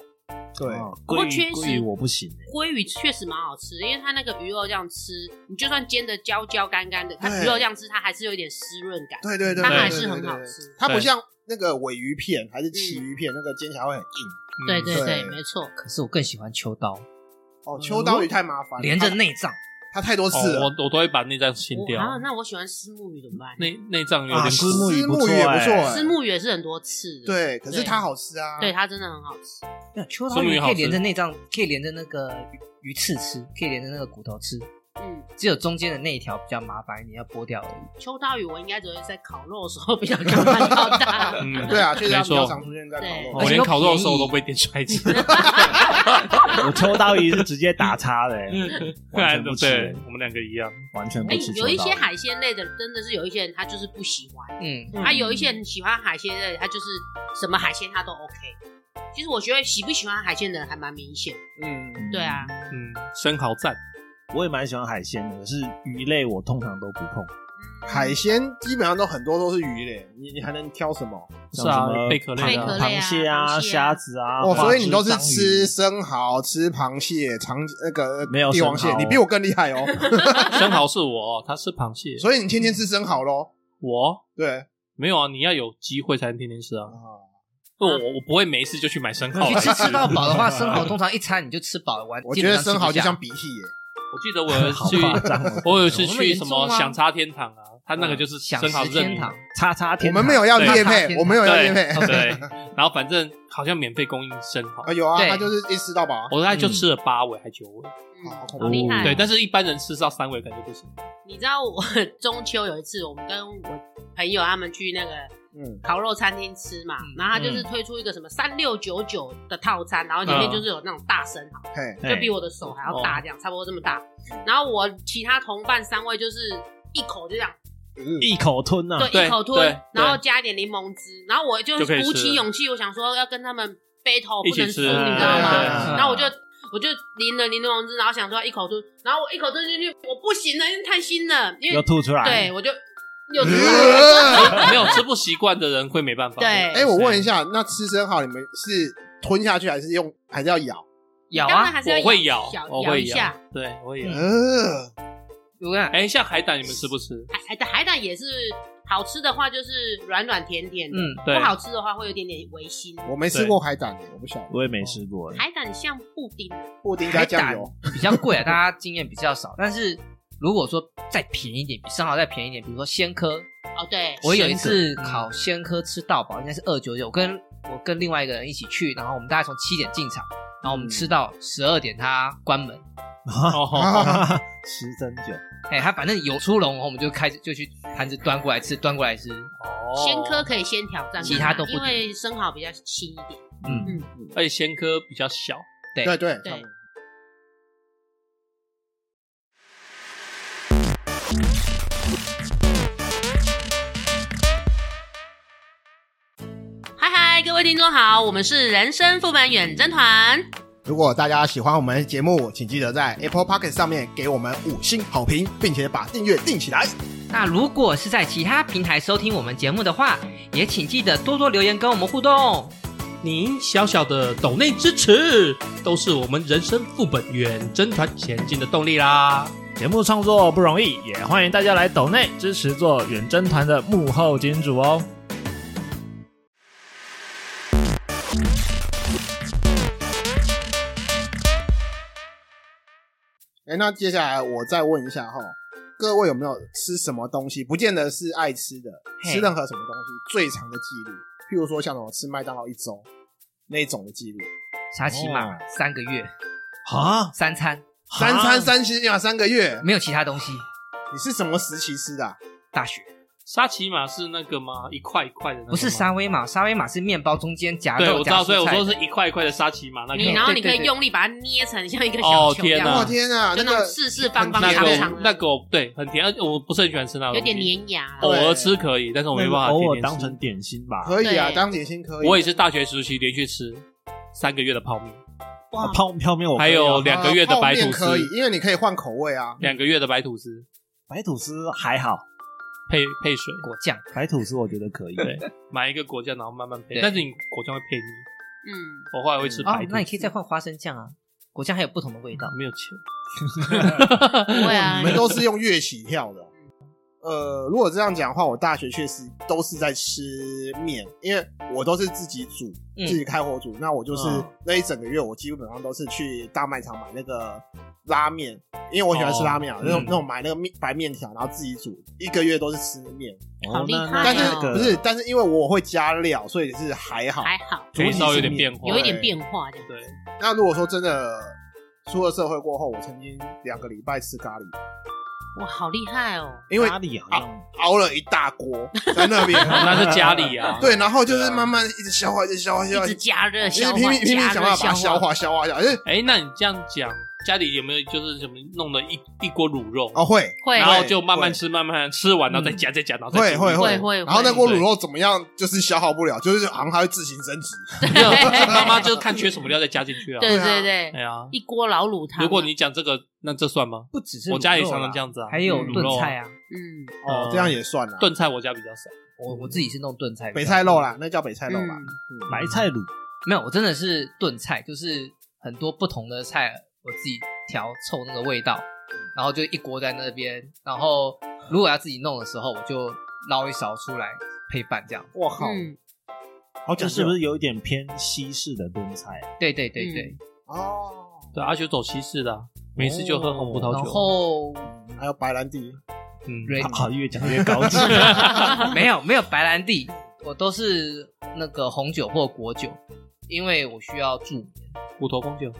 E: 对，
A: 哦
C: 不过
A: 鲑
C: 确
A: 鱼
C: 实
A: 鲑鱼我不行欸，
C: 鲑鱼确实蛮好吃，因为它那个鱼肉这样吃，你就算煎的焦焦干干的，它
E: 对
C: 鱼肉这样吃，它还是有一点湿润感，
E: 对对对，
C: 它
E: 对
C: 还是很。
E: 对
C: 好
E: 对对
C: 吃。嗯
E: 它不
D: 对
E: 像那个尾鱼片还是旗鱼片，那个煎起来会很硬。
D: 嗯
C: 对对
E: 对
C: 对，没错。
B: 可是我更喜欢秋刀，
C: 啊
E: 哦，
D: 嗯
E: 秋刀鱼太麻烦了，
B: 连着
E: 它
B: 内脏，
E: 它太多
D: 哦
E: 刺了。
D: 我我都会把内脏清
C: 我
D: 掉，
C: 啊，那我喜欢虱目鱼怎么办？
D: 内内脏有
A: 啊
D: 点
A: 虱
D: 苦
A: 目鱼
E: 虱
A: 不
E: 目鱼
A: 错
E: 也不
A: 哎
E: 错哎
C: 虱目鱼也是很多刺的，，
E: 对，可是
C: 对
E: 它好吃啊。
C: 对，它真的很好吃。
B: 那秋
D: 松
B: 刀
D: 露
B: 鱼
D: 也好
B: 可以
D: 吃。
B: 连着内脏，可以连着那个鱼鱼翅吃，可以连着那个骨头吃，
C: 嗯，
B: 只有中间的那一条比较麻烦一点，要剥掉而已。
C: 秋刀鱼我应该只会在烤肉的时候比较常看到它
D: 嗯，
E: 对啊，确实它
D: 没
E: 比较
D: 错
E: 常。出现在烤肉
B: 对
D: 我哦连烤肉的时候我都不会点出来 吃，
A: 哎我秋刀鱼是直接打叉 的、欸，完全不吃、
D: 对
A: 欸，，
D: 我们两个一样。
A: 完全不
C: 哎、
A: 吃秋刀
C: 有
A: 鱼。
C: 一些海鲜类的，真的是有一些人他就是不喜欢，
B: 嗯，
C: 啊，有一些人喜欢海鲜类，他就是什么海鲜他都 OK。其实我觉得喜不喜欢海鲜的人还蛮明显的。
E: 嗯，
C: 对啊，
D: 嗯，生蚝赞，
A: 我也蛮喜欢海鲜的，可是鱼类我通常都不碰，
E: 海鲜基本上都很多都是鱼类，你你还能挑什么？
A: 像
D: 是啊
A: 什么
D: 贝壳类
C: 的啊
A: 螃蟹
C: 贝壳类啊
A: 啊、
C: 螃蟹
A: 虾
C: 啊
A: 子啊。
E: 哦，
A: 花枝
E: 所以你都是
A: 章鱼
E: 吃生蚝、吃螃蟹、长那个
A: 没有
E: 帝王
A: 生
E: 蟹，
A: 蚝
E: 你比我更厉 害哦。
D: 生蚝是我，他是螃蟹，
E: 所以你天天吃生蚝喽？
D: 我
E: 对，
D: 没有啊，你要有机会才能天天吃啊。
B: 哦
E: 啊，
D: 不我我不会没事就去买生蚝
B: 你
D: 来
B: 去吃吃到饱的话，
D: 吃
B: 生蚝通常一餐你就吃饱了，完。
E: 我觉得生蚝就像
B: 基
E: 鼻涕耶，
D: 我记得我有一次
A: 好
D: 去，
A: 夸张哦！
D: 我有一次
B: 有那么
D: 去
B: 严
D: 什
B: 重
D: 么
B: 吗
D: 想差天堂啊，他那个就是
B: 本
D: 生
B: 上
D: 蚝
B: 吃不下想吃嗯
D: 认
B: 天
D: 名，
B: 堂，
A: 叉叉
E: 我
A: 天堂，
E: 们没有要
D: 对
B: 叉
E: 叶
B: 叉
E: 配，
B: 天
E: 我们没有要叶配。
D: 对对，然后反正好像免费供应生蚝
E: 啊，，有啊，
B: 对
E: 他就是一吃到饱啊。
D: 我大概就吃了八尾还九尾，
C: 嗯
E: 好
C: 好
E: 恐怖
C: 厉害。
D: 对，但是一般人吃到三尾感觉不行。
C: 你知道我 中秋有一次，我们跟我朋友他们去那个
E: 嗯，
C: 烤肉餐厅吃嘛，然后他就是推出一个什么三六九九的套餐，然后里面就是有那种大生蚝，
E: 嘿，
A: 嘿
C: 就比我的手还要大，这样差不多这么大。然后我其他同伴三位就是一口就这样，
E: 嗯
A: 一口吞啊呐、
C: 对，
D: 对
C: 一口
D: 嗯对
C: 吞，然后加一点柠檬汁，然后我就
D: 就可以吃
C: 鼓起勇气，我想说要跟他们 battle，
D: 一
C: 不
D: 起
C: 能
D: 吃嗯
C: 输，你知道
E: 对
C: 吗？
E: 对
C: 然后我就我就淋了柠檬汁，然后想说要一口吞，然后我一口吞进去，我不行了，因为太腥了，因
A: 又
C: 为
A: 吐出来。
C: 对，我就又出来了。
A: 嗯
E: 呃
D: 没有吃不习惯的人会没办法。
C: 对
E: 哎，我问一下，那吃生蚝你们是吞下去还是用，还是要咬？
B: 本上吃不下咬啊，
C: 当然还是要
D: 我会咬
C: 咬，
D: 我
C: 咬
D: 会
C: 一下。，嗯
D: 对，
A: 嗯
D: 我会咬。
E: 呃，
B: 我跟你讲，
D: 哎，像海胆你们吃不吃？
C: 海海胆海胆也是好吃的话，就是软软甜甜的；
B: 嗯，
D: 对
C: 不，好吃的话，会有点点微腥。
E: 我没吃过海胆耶，我不晓得。
A: 我也没吃 过。
C: 海胆像布丁，哦
E: 布丁加
B: 海
E: 酱
B: 胆
E: 油，
B: 比较贵啊，大家经验比较少。但是如果说再便宜一点，比生蚝再便宜一点，比如说鲜科，
C: 哦，对，
B: 我有一次
D: 嗯
B: 烤鲜科吃到饱，应该是二九九，我跟我跟另外一个人一起去，然后我们大概从七点进场，然后我们
D: 嗯
B: 吃到十二点他关门，
D: 哦，
A: 十针灸，
B: 哎、他反正有出笼，我们就开始就去盘子端过来吃，端过来吃，
D: 哦
C: 鲜科可以先挑战看看，
B: 哦其他都不
C: 因为生蚝比较轻一点。
B: 嗯，
C: 嗯，
D: 而且鲜科比较小，
E: 对对
C: 对
E: 差不多
C: 嗨嗨，各位听众好，我们是人生副本远征团，
E: 如果大家喜欢我们的节目，请记得在 Apple p o c k e t 上面给我们五星好评，并且把订阅订起来。
B: 那如果是在其他平台收听我们节目的话，也请记得多多留言跟我们互动。
D: 您小小的抖内支持，都是我们人生副本远征团前进的动力啦。
A: 节目创作不容易，也欢迎大家来抖内支持做远征团的幕后金主哦。
E: 哎，那接下来我再问一下哈，各位有没有吃什么东西？不见得是爱吃的，
B: 嘿
E: 吃任何什么东西最长的记录，譬如说像什么吃麦当劳一周那种的记录，
B: 沙琪玛
A: 哦
B: 三个月
A: 啊，
B: 三餐
E: 三餐三星啊，三个月，
B: 没有其他东西，
E: 你是什么时期吃的啊、
B: 大学
D: 沙琪玛是那个吗？一块一块的那个吗
B: 不是沙威玛，沙威玛是面包中间夹
D: 对，
B: 肉
D: 我知
B: 加
D: 道，所以
B: 蔬
D: 我
B: 菜
D: 说
B: 的。
D: 是一块一块的沙琪玛那
C: 你
D: 个。
C: 然后你
B: 对
C: 可
B: 对
C: 以用力把它捏成像一个小
D: 哦
C: 球一
D: 天
C: 样，
D: 哪
E: 我、天啊，
C: 就
E: 那
C: 那种
E: 个
C: 四四方方
D: 那
E: 很
C: 长
E: 甜
D: 个
C: 长的，
D: 那个哦我对很甜，而且我不是很喜欢吃那个，
C: 啊有点。粘牙。
D: 偶尔吃可以，但是我没办法
A: 偶尔
D: 天天
A: 当
D: 吃
A: 成点心吧。
E: 可以啊，
C: 对
E: 当点心可以。
D: 我也是大学时期连续吃三个月的泡面，
A: 啊泡泡面我可
D: 还
A: 以啊
D: 有两个月的白
E: 啊泡
D: 吐
E: 面可以
D: 司，，
E: 因为你可以换口味啊。
D: 两个月的白吐司
A: 白吐司还好，
D: 配配水，
B: 果酱，
A: 白吐司我觉得可以。
D: 对，买一个果酱然后慢慢配，
B: 对
D: 但是你果酱会配腻，
C: 嗯，
D: 我后来会吃
B: 哦
D: 白吐，嗯司。
B: 那你可以再换花生酱啊，果酱还有不同的味道。
D: 没有钱，
C: 不会啊
E: 你，们都是用乐器跳的哦。呃，如果这样讲的话，我大学确实都是在吃面，因为我都是自己煮，
B: 嗯
E: 自己开火煮。那我就是
A: 嗯
E: 那一整个月，我基本上都是去大卖场买那个拉面，因为我喜欢吃拉面啊，
D: 哦
E: 那种
D: 嗯
E: 那种买那个面白面条，然后自己煮，一个月都是吃面。
A: 哦
C: 好厉
A: 那
C: 害
E: 但是
A: 那
C: 哦
A: 那个
E: 不是？但是因为我会加料，所以是还好。
C: 还好，
E: 主体
D: 可以稍微有
E: 是
D: 点
E: 面
D: 变化
C: 有一点变化这样。
D: 对，
E: 那如果说真的出了社会过后，我曾经两个礼拜吃咖喱，
C: 哇，好厉害哦！
E: 因为
A: 咖喱啊好像
E: 熬了一大锅 在那边，
D: 那是家里啊，
E: 对，然后就是慢慢一直消化，一直消化，消化
C: 一直，加热
E: 就
C: 消
E: 是
C: 化，
E: 拼命拼命
C: 加
E: 想
C: 热
E: 办法把它消
C: 消
E: 化消化掉，就是
D: 哎、那你这样讲，家里有没有就是什么弄了一一锅卤肉，
E: 哦会
C: 会
D: 然后就慢慢
E: 会
D: 吃，慢慢吃完，
B: 嗯
D: 然后再夹再夹，然后再
E: 会
D: 煮
E: 会
C: 会会
E: 然后那锅
D: 哦会
E: 卤肉怎么样，就是消耗不了，就是好像它会自行增值。
D: 没 有妈妈就是看缺什么料再加进去啊。
C: 对
E: 对啊
C: 对对，
D: 哎呀，
C: 一锅老卤汤啊。
D: 如果你讲这个，那这算吗？
B: 不只是
D: 我家也
B: 卤肉啦
D: 常常这样子啊，
B: 还有
D: 嗯
B: 炖菜，啊，
C: 嗯
E: 哦，
D: 嗯
E: 这样也算啦。
D: 炖菜我家比较少，
B: 我我自己是弄炖菜，
E: 北菜肉啦，那叫北菜肉啦。
C: 嗯
A: 白菜卤，
B: 没有，我真的是炖菜，就是很多不同的菜，我自己调凑那个味道，
E: 嗯
B: 然后就一锅在那边，然后如果要自己弄的时候，我就捞一勺出来配饭这样。
A: 我靠，
C: 嗯，
E: 好
A: 哦这啊
E: 讲
A: 是
E: 究
A: 不是有一点偏西式的炖菜啊？
B: 对对对
C: 嗯
B: 对，
E: 哦？
D: 对，阿九走西式的啊，没事就喝红葡萄
B: 哦然
D: 酒，
B: 后
E: 还有白兰地，
D: 嗯，
B: 对
A: 啊，越讲越高 级。
E: 啊
B: 没有没有白兰地，我都是那个红酒或果酒，因为我需要助眠。
D: 骨头红酒，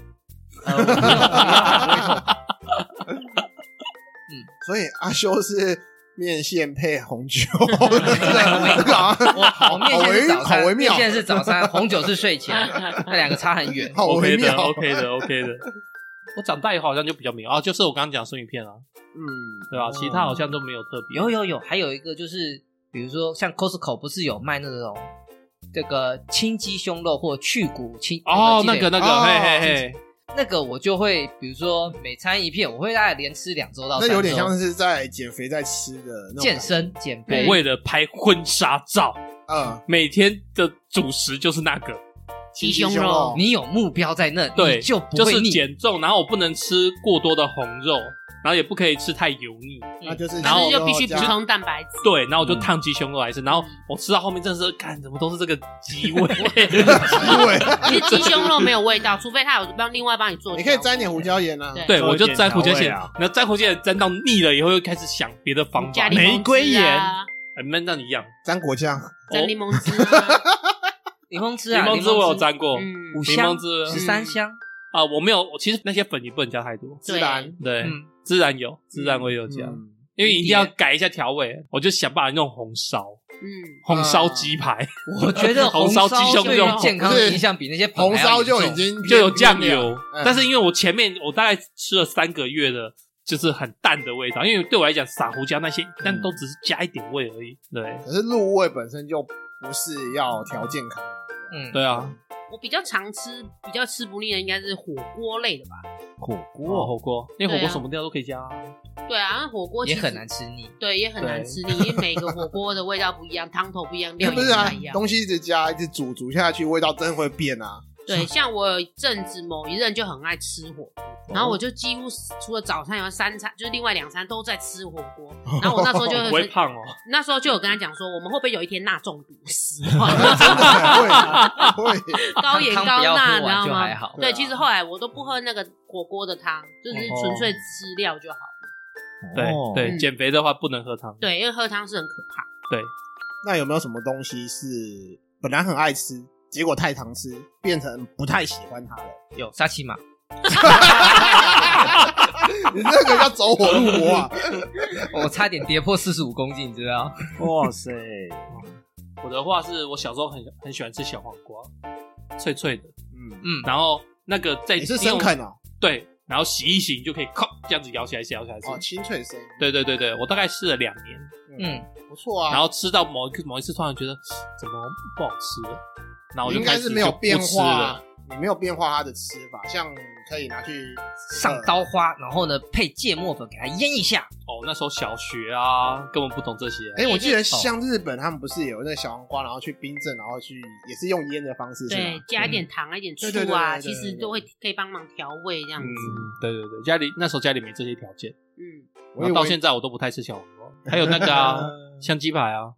B: 呃我没有
E: 嗯
B: 我没有
E: 所以阿修是面线配红酒，
B: 对
E: 好像
B: 我好面线是早餐，
E: 好微妙
B: 面线是早餐，红酒是睡前， 那两个差很远。
E: 好
D: OK
E: 微
D: 的
E: 妙。啊
D: ，OK 的，OK 的。我长大以后好像就比较没有啊，就是我刚刚讲生鱼片啊，
E: 嗯，
D: 对吧？其他好像都没有特别。
B: 有有有，还有一个就是，比如说像 Costco 不是有卖那种这个清鸡胸肉或去骨清
D: 哦，
B: 那
D: 那
B: 个鸡腿
D: 个那个，
E: 哦
D: 嘿嘿嘿，
B: 那个我就会，比如说每餐一片，我会大概连吃两周到
E: 那
B: 三周。
E: 有点像是在减肥在吃的那种
B: 健。身减肥。
D: 嗯我为了拍婚纱照，
E: 嗯，
D: 每天的主食就是那个，
C: 鸡
E: 胸
C: 胸
E: 肉
C: 肉，
B: 你有目标在那，
D: 对，
B: 你就不
D: 就
B: 会
D: 是
B: 腻。
D: 减重，然后我不能吃过多的红肉，然后也不可以吃太油腻，
E: 那就是
D: 然后
C: 但是就必须补
E: 加
C: 充蛋白质。
D: 对，然后我
B: 嗯
D: 就烫鸡胸肉来吃，然后我吃到后面真的是，看怎么都是这个 鸡味，
E: 鸡尾，
C: 因为鸡胸肉没有味道，除非他有帮另外帮你做调味。
E: 你可以沾点胡椒盐啊。
C: 对
D: 对我就
A: 有点
D: 沾胡椒
A: 调味
D: 盐，
A: 啊
D: 然后沾胡椒盐沾到腻了以后，又开始想别的方
C: 加
D: 法，
C: 柠檬汁啊
D: 玫瑰盐，哎，那那一样，
E: 沾果酱，
C: 沾柠檬汁 啊，
B: 柠檬汁
D: 哦柠
B: 啊，
D: 檬汁我有沾过
B: 五
C: 嗯，
D: 柠
B: 香
D: 檬、汁
B: 十三香，
D: 啊，我没有，我其实那些粉也不能加太多，
E: 孜然
D: 对，
B: 嗯，
D: 孜然有，孜然我也有加，
E: 嗯
D: 因为一定要改一下调味，我就想办法弄红烧。
C: 嗯，
D: 红烧鸡排，
B: 我觉得
D: 红烧
B: 烧
D: 鸡胸
B: 对
D: 肉
B: 于健康
E: 不是
B: 的影响比那些粉
E: 红
B: 还要
E: 烧
B: 严
E: 就已
B: 重
E: 经
D: 就有酱油，
E: 嗯
D: 但是因为我前面我大概吃了三个月的，就是很淡的味道，因为对我来讲撒胡椒那些，但都只是加一点味而已。对，
E: 可是入味本身就不是要调健康啊。
B: 嗯，
D: 对啊，
C: 我比较常吃，比较吃不腻的应该是火锅类的吧？
A: 火
D: 哇，
A: 锅
D: 火锅，因哦为火
C: 对
D: 锅
C: 啊
D: 什么料都可以加啊，
C: 对啊，火锅
B: 也
C: 其实
B: 很难，吃腻。
C: 对，也很难
D: 对
C: 吃腻，因为每个火锅的味道不一样，汤头不一样，料
E: 也
C: 也
E: 不
C: 不
E: 是啊
C: 太一，样。
E: 东西一直加，一直煮煮下去，味道真的会变啊。
C: 对，像我有一阵子某一任就很爱吃火锅，然后我就几乎除了早餐以外，三餐就是另外两餐都在吃火锅。然后我那时候就
D: 不会胖哦。
C: 那时候就有跟他讲说，我们会不会有一天钠中毒死亡？
E: 真的会会，
C: 高盐
B: 汤
C: 高
B: 不要
C: 钠，
B: 喝
C: 你知道
B: 完就还
C: 吗？
B: 好。
E: 对
C: 对，
E: 啊
C: 其实后来我都不喝那个火锅的汤，就是纯粹吃料就好。
D: 对
A: 哦
D: 对，
C: 嗯
D: 减肥的话不能喝汤。
C: 对，因为喝汤是很可怕。
E: 那有没有什么东西是本来很爱吃，结果太常吃，变成不太喜欢它了？
B: 有沙琪玛，
E: 你这个叫走火入魔啊！
B: 我差点跌破四十五公斤，你知道？
A: 哇塞，
D: 我的话是我小时候很很喜欢吃小黄瓜，脆脆的，
E: 嗯，
B: 嗯，
D: 然后那个在
E: 你是生啃哦，
D: 对，然后洗一洗你就可以靠这样子咬起来，咬起来吃
E: 哦，。清脆生，
D: 对对对对，我大概试了两年，
B: 嗯，
E: 不错啊。
D: 然后吃到某一个某一次，突然觉得怎么不好吃了，然后我
E: 你
D: 就
E: 应
D: 开
E: 该
D: 始
E: 是
D: 就
E: 没有
D: 不
E: 变
D: 吃
E: 化啊
D: 了。，
E: 你没有变化它的吃法，像可以拿去呃
D: 嗯
B: 上刀花，然后呢配芥末粉给它腌一下。
D: 哦，那时候小学啊，根本不懂这些。
E: 哎、我
D: 哦
E: 记得像日本他们不是有那个小黄瓜，然后去冰镇，然后去也是用腌的方式，是吗
C: 对，加一点糖，一点醋
E: 对对对
C: 啊，
E: 对对
C: 其
E: 对
C: 实都会可以帮忙调味这样
D: 嗯
C: 子。，
D: 对对对，家里那时候家里没这些条件，
C: 嗯，
E: 我
D: 然
E: 以
D: 后到
E: 为
D: 现在我都不太吃小黄瓜，还有那个啊香鸡排啊，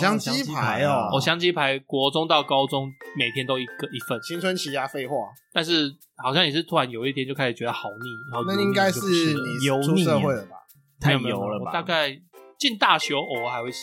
E: 香鸡排哦，
D: 我香鸡排国中到高中每天都一个一份，
E: 青春期啊，废话，
D: 但是好像也是突然有一天就开始觉得好腻，然后
E: 那
D: 油腻
E: 应该
D: 哦嗯就是不吃了
E: 你
A: 油
E: 出
A: 腻
E: 社
A: 啊
E: 会了吧？
A: 太
D: 没有没
A: 油
D: 有
A: 了吧？
D: 我大概进大学偶尔还会吃，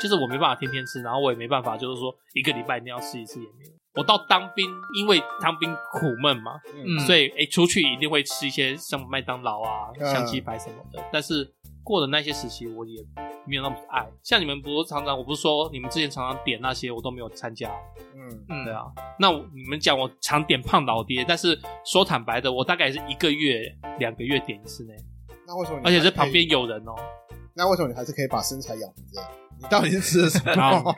D: 就是我没办法天天吃，然后我也没办法，就是说一个礼拜一定要吃一次也没有。我到当兵，因为当兵苦闷嘛，
B: 嗯，
D: 所欸
B: 以
D: 以哎、诶出去一定会吃一些像麦当劳啊、
E: 嗯
D: 香鸡排什么的。但是过的那些时期，我也没有那么爱。像你们不是常常，我不是说你们之前常常点那些，我都没有参加。
E: 嗯，
B: 嗯
D: 对，啊，那我你们讲我常点胖老爹，但是说坦白的，我大概也是一个月、两个月点一次呢，
E: 嗯那为什么你
D: 而
E: 还
D: 且
E: 可
D: 是
E: 以
D: 旁边有人哦、
E: 那为什么你还是可以把身材养成这样？你到底是吃了什 么
D: 好？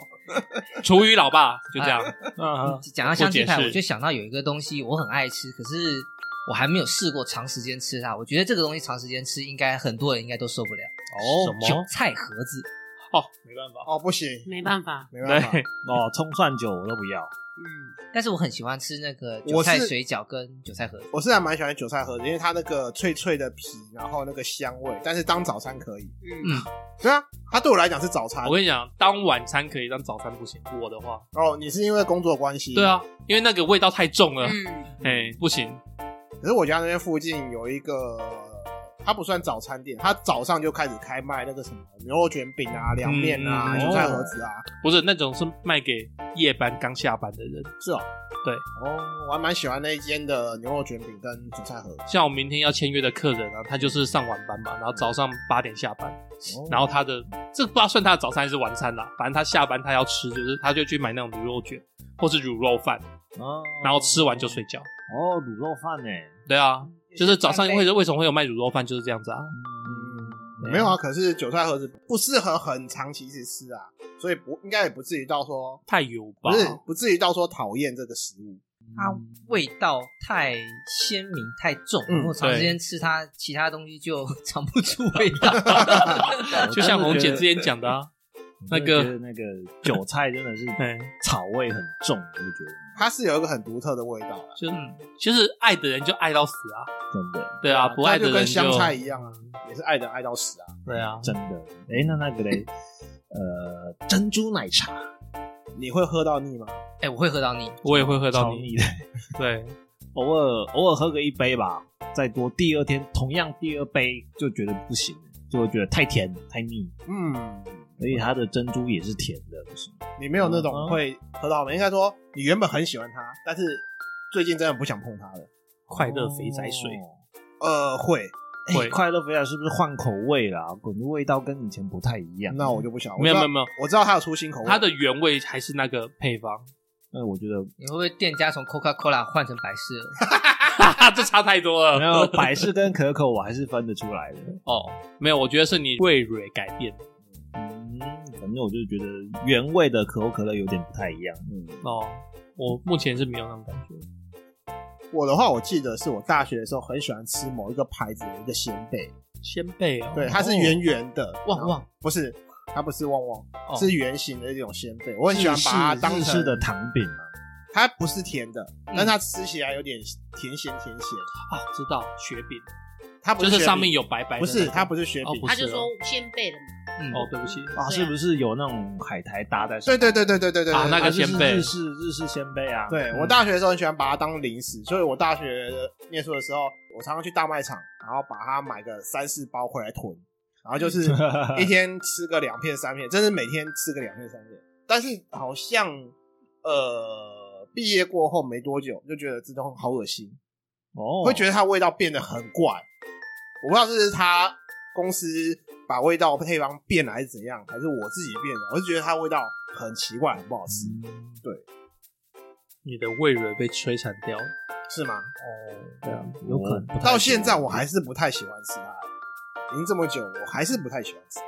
D: 厨余老爸就 这样。
A: 嗯，
B: 讲到香鸡
D: 我
B: 排，
D: 解释
B: 我就想到有一个东西我很爱吃，可是我还没有试过长时间吃它。我觉得这个东西长时间吃，应该很多人应该都受不了。
D: 哦什
B: 韭
D: 么？
B: 菜盒子，
D: 哦，没办法。
E: 哦，不行，
C: 没办法，
E: 没办法
D: 对，，
A: 哦，葱蒜酒我都不要。
C: 嗯，
B: 但是我很喜欢吃那个
E: 我
B: 韭
E: 是
B: 菜水饺跟韭菜盒子。
E: 我是还蛮喜欢韭菜盒子，因为它那个脆脆的皮，然后那个香味，但是当早餐可以。
C: 嗯
E: 对啊，它对我来讲是早餐
D: 我。跟你讲，当晚餐可以，当早餐不行。我的话，
E: 哦，你是因为工作关系？
D: 对。啊，因为那个味道太重了，
C: 嗯，
D: 哎，不行。
E: 可是我家那边附近有一个，它不算早餐店，它早上就开始开卖那个什么牛肉卷饼啊、凉面啊、
D: 嗯
E: 韭菜盒子啊。
D: 不是那种是卖给夜班刚下班的人。
E: 是哦，
D: 对
E: 哦，我还蛮喜欢那一间的牛肉卷饼跟韭菜盒。
D: 像我明天要签约的客人啊，他就是上晚班嘛，然后早上八点下班，然后他的这不知道算他的早餐还是晚餐啦，反正他下班他要吃，就是他就去买那种牛肉卷或是卤肉饭，
A: 哦，
D: 然后吃完就睡觉。
A: 哦，卤肉饭呢？
D: 对啊，就是早上会为什么会有卖卤肉饭，就是这样子啊。
E: 嗯，没有啊，可是韭菜盒子不适合很长期去吃啊，所以不应该也不至于到说
D: 太油吧
E: 不？是不至于到说讨厌这个食物。
B: 它味道太鲜明太重，
E: 嗯
B: 然后长时间吃它，其他东西就尝不出味道。
A: 啊
D: 就像红姐之前讲的啊，
A: 我真的觉得
D: 那个
A: 那个韭菜真的 是
D: 哎，
A: 草味很重，我觉得
E: 它是有一个很独特的味道啦，
D: 就是就是爱的人就爱到死啊，
A: 真的
D: 对啊，不爱
E: 它就
D: 的人
E: 跟香菜一样啊，也是爱人爱到死啊。
D: 对啊，
A: 真的。哎，那那个嘞，呃，珍珠奶茶
E: 你会喝到腻吗？
B: 哎、我会喝到你，
D: 我也会喝到
A: 超
D: 你，
A: 腻的，
D: 对，
A: 偶尔偶尔喝个一杯吧，再多第二天同样第二杯就觉得不行了，就会觉得太甜太腻，
E: 嗯，
A: 而且它的珍珠也是甜的，不是吗？
E: 你没有那
A: 嗯
E: 种会喝到吗？应该说你原本很喜欢它，但是最近真的不想碰它了。
D: 快乐肥宅水。
E: 呃，会，
A: 哎
D: 会
A: 哦快乐肥仔是不是换口味啦？感觉味道跟以前不太一样。
E: 那我就不想。
D: 没有
E: 我知
D: 没
E: 道
D: 有，没有，
E: 我知道它有出新口味，
D: 它的原味还是那个配方，
A: 那我觉得
B: 你会不会店家从 Coca Cola 换成百事了？
D: 哈哈，这差太多了。
A: 没有百事跟可口，我还是分得出来的。
D: 哦，没有，我觉得是你味蕾改变
A: 嗯，反正我就觉得原味的可口可乐有点不太一样。嗯，
D: 哦。我目前是没有那种感觉。
E: 我的话，我记得是我大学的时候很喜欢吃某一个牌子的一个鲜贝，
D: 鲜贝哦，
E: 对，它是圆圆的，
D: 旺旺
E: 不是，它不是旺旺，
D: 哦
E: 是圆形的一种鲜贝。我很喜欢把它当
A: 日
E: 成
A: 式的，糖饼啊嘛。
E: 它不是甜的，
D: 嗯
E: 但它吃起来有点甜咸甜咸。
D: 啊，知道雪饼，
E: 它不
D: 就是是
E: 雪
D: 上
E: 饼
D: 面有白白
E: 不
D: 的那种，
E: 是，它不是雪
D: 哦
E: 饼
D: 不，
C: 他
D: 是
C: 就
D: 哦
C: 说先背了嘛，
B: 嗯，
D: 哦，对不起，
A: 啊，是不是有那种海苔搭在上
E: 对
A: 面？
E: 对对对对对对
D: 啊
E: 对
D: 那个
A: 啊就是
D: 鲜贝
A: 日式日式鲜贝啊。
E: 对
A: 嗯
E: 我大学的时候很喜欢把它当零食，所以我大学念书的时候，我常常去大卖场，然后把它买个三四包回来囤，然后就是 一天吃个两片三片，真是每天吃个两片三片。但是好像呃，毕业过后没多久，就觉得这东西好恶心，
A: 哦，
E: 会觉得它味道变得很怪。我不知道这是他公司把味道配方变了还是怎样，还是我自己变的，我就觉得它味道很奇怪，很不好吃，
D: 你的味蕾被摧残掉了。
E: 是吗？
D: 对啊，
A: 哦有可能
E: 到现在我还是不太喜欢吃它，已经这么久，我还是不太喜欢吃它。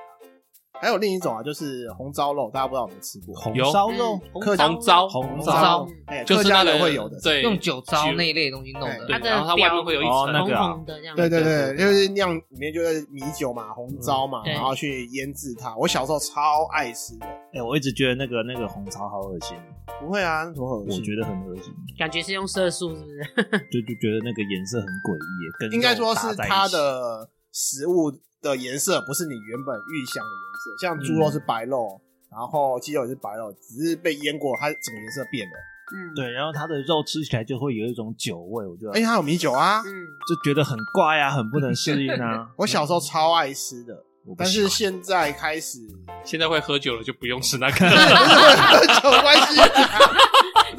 E: 还有另一种啊，就是红烧肉，大家不知道有没有吃过？
A: 红
D: 有
A: 烧肉
C: 嗯、
E: 客
D: 红糟，
A: 红
E: 红
A: 糟
E: 哦烧
C: 红烧，
E: 哎，
D: 就
E: 客
D: 是
E: 家
D: 那
E: 人
D: 个
E: 会有的。
D: 对，
B: 用酒糟
D: 酒
B: 那一类东西弄的。
D: 对，
C: 它的
D: 然后它外面
C: 表
D: 会有一
A: 哦
D: 层
A: 那
C: 红
A: 个啊
C: 红的这样，
E: 对对
D: 对
E: 对，就是酿里面就是米酒嘛、红糟嘛，
C: 嗯对
E: 然后去腌制它。我小时候超爱吃的，
A: 哎、我一直觉得那个那个红烧好恶心，
E: 不会啊，那怎么会有恶
A: 我
E: 心？
A: 觉得很恶心，
C: 感觉是用色素是不是？
A: 就就觉得那个颜色很诡异，跟
E: 应该说
A: 肉搭
E: 是
A: 在一起
E: 它的食物的颜色，不是你原本预想的颜色。像猪肉是
A: 嗯
E: 白肉，然后鸡肉也是白肉，只是被腌过，它整个颜色变了。
C: 嗯，，
A: 对，然后它的肉吃起来就会有一种酒味，我觉得、
E: 而且它有米酒啊，。
C: 嗯，
A: 就觉得很怪啊，很不能适应啊
E: 我小时候超爱吃的。
A: 我不
E: 但
A: 喜
E: 是
A: 欢
E: 现在开始
D: 现在会喝酒了就不用吃那
E: 不
D: 个。
E: 是有关系，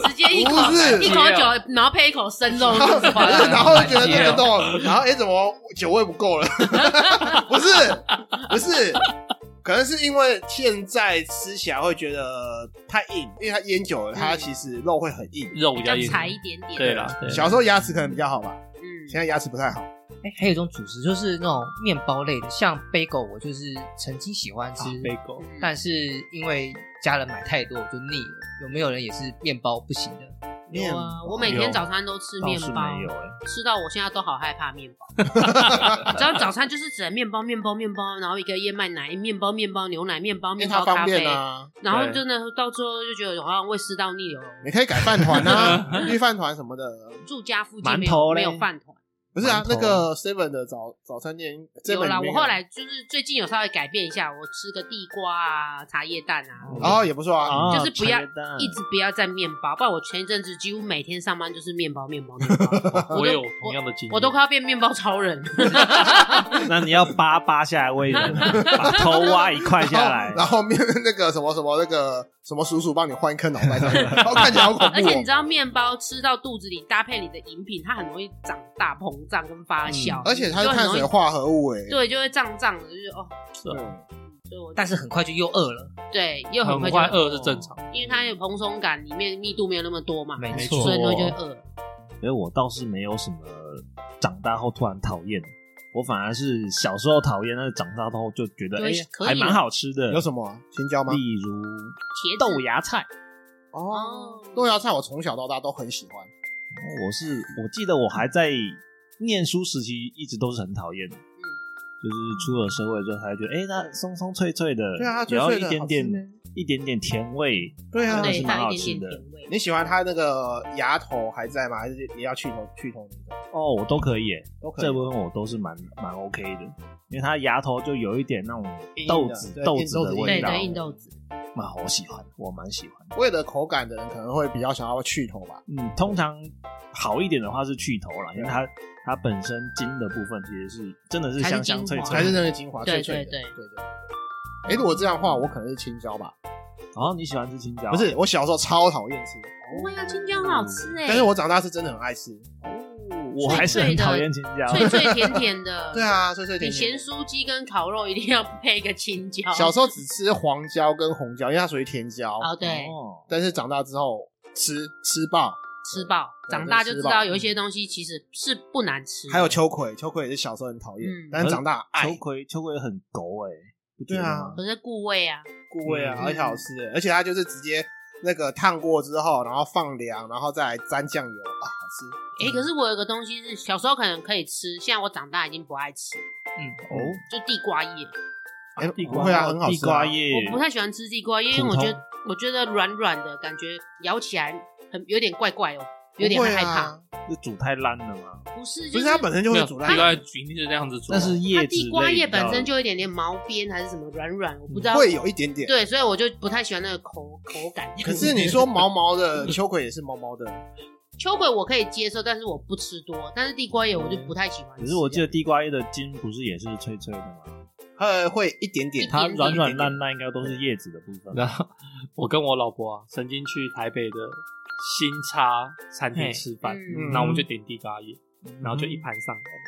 C: 直接接一口
E: 不是
C: 一口酒，然后配一口生肉，
E: 然后
C: 就是吧
E: 然后觉得这个洞，然后哎、怎么酒味不够了？ 不是，不是，可能是因为现在吃起来会觉得太硬，因为它腌久了，它其实肉会很硬。
D: 肉比
C: 比
D: 较
C: 较
D: 硬，
C: 柴一点点。
D: 对啦，对啦
E: 小时候牙齿可能比较好吧，
C: 嗯，
E: 现在牙齿不太好。
B: 哎、还有一种主食就是那种面包类的，像 bagel，我就是曾经喜欢吃，
D: 被
E: 嗯
D: 狗
C: 嗯
B: 但是因为家人买太多，我就腻了。有没有人也是面包不行的？
C: 有啊，我每
A: 有
C: 天早餐都吃面
A: 倒是
C: 包，
A: 没有哎、
C: 吃到我现在都好害怕面 包。你知道早餐就是只能面包、面包、面包，然后一个燕麦奶、面包、面包、牛奶、面包、
E: 因为
C: 面
E: 它
C: 包、
E: 方
C: 咖
E: 便
C: 啡，
E: 啊，
C: 然后
D: 对，
C: 真的到最后就觉得好像胃食道逆流了。
E: 你可以改饭团 啊，绿饭团什么的。
C: 住家附近没
A: 馒头
C: 有
A: 嘞
C: 没有饭团，
E: 不是啊
A: 馒，头
E: 那个 Seven 的早早餐店，
C: 有
E: 7-Eleven
C: 啦。
E: 里面啊
C: 我后来就是最近有稍微改变一下，我吃个地瓜啊、茶叶蛋啊，
E: 哦也不错啊，
A: 啊
C: 嗯就是不要
A: 茶叶蛋
C: 一直不要蘸面包，不然我前一阵子几乎每天上班就是面包、面包、面包
D: 我有同样的经历，
C: 我都快要变面包超人了。
A: 那你要扒扒下来喂 人，把头挖一块下来
E: 然后。然后面那个什么什么那个什么叔叔帮你换一颗脑 袋上去，然后看起来好恐怖、哦。
C: 而且你知道，面包吃到肚子里，搭配你的饮品，它很容易长大、膨胀跟发酵，
E: 而且它是
C: 就很
E: 碳
C: 容易
E: 水，化合物哎、欸，
C: 对，就会胀胀的，就是哦，所以我
B: 但是很快就又饿了，
C: 对又很
D: 很
C: 快就
D: 快饿
A: 哦
D: 是正常，
C: 因为它有蓬松感，里面密度没有那么多嘛，
B: 没
D: 错
B: 错，
C: 所以你会觉得饿。
A: 所以我倒是没有什么长大后突然讨厌，我反而是小时候讨厌，但是长大后就觉得
C: 就
A: 哎、
C: 是可以
A: 还蛮好吃的。
E: 有什么啊青椒吗？
A: 例如
C: 茄子
A: 豆芽菜，
E: 哦
C: 哦，
E: 豆芽菜我从小到大都很喜欢，
A: 我是我记得我还在念书时期一直都是很讨厌的，
C: 嗯
A: 就是出了社会之后才觉得，哎、它松松脆脆的，
E: 对啊，脆
A: 然后
E: 脆
A: 一
E: 的，
A: 点
E: 好
A: 点
E: 吃呢
A: 一点点甜味，
E: 对啊
A: 真。的
C: 对，
A: 是
C: 它
A: 蛮好
C: 有一
A: 吃
C: 点点
A: 的
C: 甜味。
E: 你喜欢它那个芽头还在吗？还是也要去头去头那种？
A: 哦，我都可以耶、
E: 都可以
A: 这部分我都是蛮蛮 OK 的，因为它芽头就有一点那种
E: 硬硬的
A: 豆子
E: 对
A: 豆
E: 硬
A: 子
E: 豆
A: 的
E: 子
A: 味
C: 对
A: 道，
C: 对，硬豆子，
A: 嘛，我喜欢，我蛮喜欢。
E: 为了口感的人可能会比较想要去头吧。
A: 嗯，通常好一点的话是去头啦，因为它它本身筋的部分其实是真的是
C: 还是
A: 香香脆
C: 精华
A: 脆
E: 还
A: 的
E: 是。那个精华，
C: 对
E: 脆脆的
C: 对
E: 对
C: 对
E: 对对。哎，如果这样的话，我可能是青椒吧。
A: 然哦后你喜欢吃青椒？
E: 不是，我小时候超讨厌吃，
C: 不会啊，青椒很好吃哎，
E: 但是我长大是真的很爱吃。
A: 哦我还是很讨厌青椒。哦
C: 脆脆甜甜的，
E: 对。啊，脆脆
C: 你
E: 甜甜
C: 咸
E: 的。
C: 酥鸡跟烤肉一定要配一个青椒。
E: 小时候只吃黄椒跟红椒，因为它属于甜椒。
C: 哦，对，
A: 哦，
E: 但是长大之后吃吃爆，
C: 吃爆，
E: 对
C: 长大就知
E: 吃爆嗯
C: 道有一些东西其实是不难吃的。
E: 还有秋葵，秋葵也是小时候很讨厌
C: 嗯，
E: 但是长大爱
A: 秋葵秋葵很狗哎、不觉
E: 哎对
A: 得
E: 啊
A: 吗？
C: 可是固味啊，
E: 菇味啊，
A: 嗯
E: 而且好吃的，而且它就是直接那个烫过之后，然后放凉，然后再来沾酱油啊，好吃。
C: 诶，可是我有个东西是小时候可能可以吃，现在我长大已经不爱吃，
E: 嗯
A: 哦，
C: 就地瓜叶。
E: 哎，
A: 地
E: 不
A: 瓜
E: 会啊，很好
A: 地
E: 吃啊
A: 瓜。叶，
C: 我不太喜欢吃地瓜叶，因为
A: 普
C: 我
A: 通
C: 觉得我觉得软软的感觉，咬起来很有点怪怪哦，有
E: 不
C: 点
E: 会
C: 害怕。
E: 啊，
A: 就煮太烂了嘛。
C: 不是，
E: 不
C: 就是
E: 它本身就
D: 没
E: 会
D: 有
E: 煮
D: 地
E: 烂，
D: 瓜一定是这样子煮，
A: 但是叶子
C: 它地瓜
A: 类
C: 叶
A: 比较
C: 本身就有一点点毛边还是什么软软，我不知道。
E: 会有一点点。
C: 对，所以我就不太喜欢那个口口感。
E: 可是你说毛毛的 秋葵也是毛毛的，
C: 秋葵我可以接受，但是我不吃多，但是地瓜叶我就不太喜欢吃。
A: 可是我记得地瓜叶的筋不是也是脆脆的
C: 嗯
A: 吗？
E: 呃，会一点点
C: 一。
A: 它
C: 点点
A: 软软烂烂，应该都是叶子的部分。
D: 然后我跟我老婆啊，曾经去台北的新叉餐厅吃饭，
C: 嗯
D: 然后我们就点地瓜叶，然后就一盘上来了，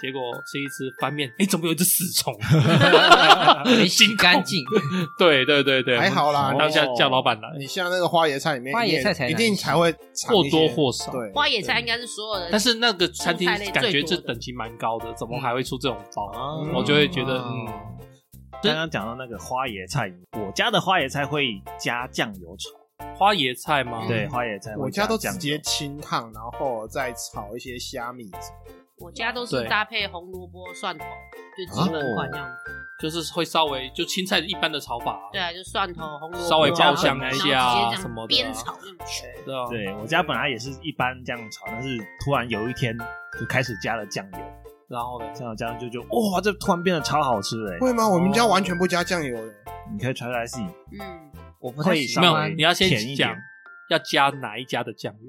D: 结果吃一吃翻面，哎，怎么有一只死 虫？
B: 没洗干净。
D: 对对对对，
E: 还好啦
D: 我们当下
A: 哦
D: 叫老板来，
E: 你像那个花椰菜里面，
B: 花椰菜才
E: 一
B: 难
E: 定才会尝
D: 或
E: 一些
D: 多或少。
E: 对
C: 花野菜应该是所有的，
D: 但是那个餐厅
C: 蔬菜类
D: 感觉
C: 最
D: 这
C: 多的
D: 等级蛮高的，怎么
A: 嗯
D: 还会出这种包？
A: 啊
D: 我就会觉得，
E: 嗯
D: 嗯，
A: 刚刚讲到那个花椰菜，我家的花椰菜会加酱油炒，
D: 花椰菜吗？
A: 对，花椰菜会
E: 我家都直
A: 酱油
E: 接清烫，然后再炒一些虾米。
C: 我家都是
D: 对
C: 搭配红萝卜蒜头，就基本款这样子。
D: 就是会稍微就青菜一般的炒法啊。
C: 对啊，就蒜头、红萝卜，
D: 稍微
A: 爆香
C: 然后
A: 一
C: 直接
D: 下啊
C: 这样
D: 什么的啊
C: 边炒那种全。
D: 对啊，
A: 对我家本来也是一般这样炒，但是突然有一天就开始加了酱油，
D: 然后呢？
A: 酱油加上就就哇，这突然变得超好吃哎、
E: 会吗？我们家完全不加酱油的。
A: 你可以传来自己，
C: 嗯，
B: 我不太
A: 会
B: 喜
A: 稍
D: 没
A: 微
D: 有，
B: 欢
D: 你，要
A: 甜
D: 先
A: 一
D: 讲
A: 点
D: 要加哪一家的酱油。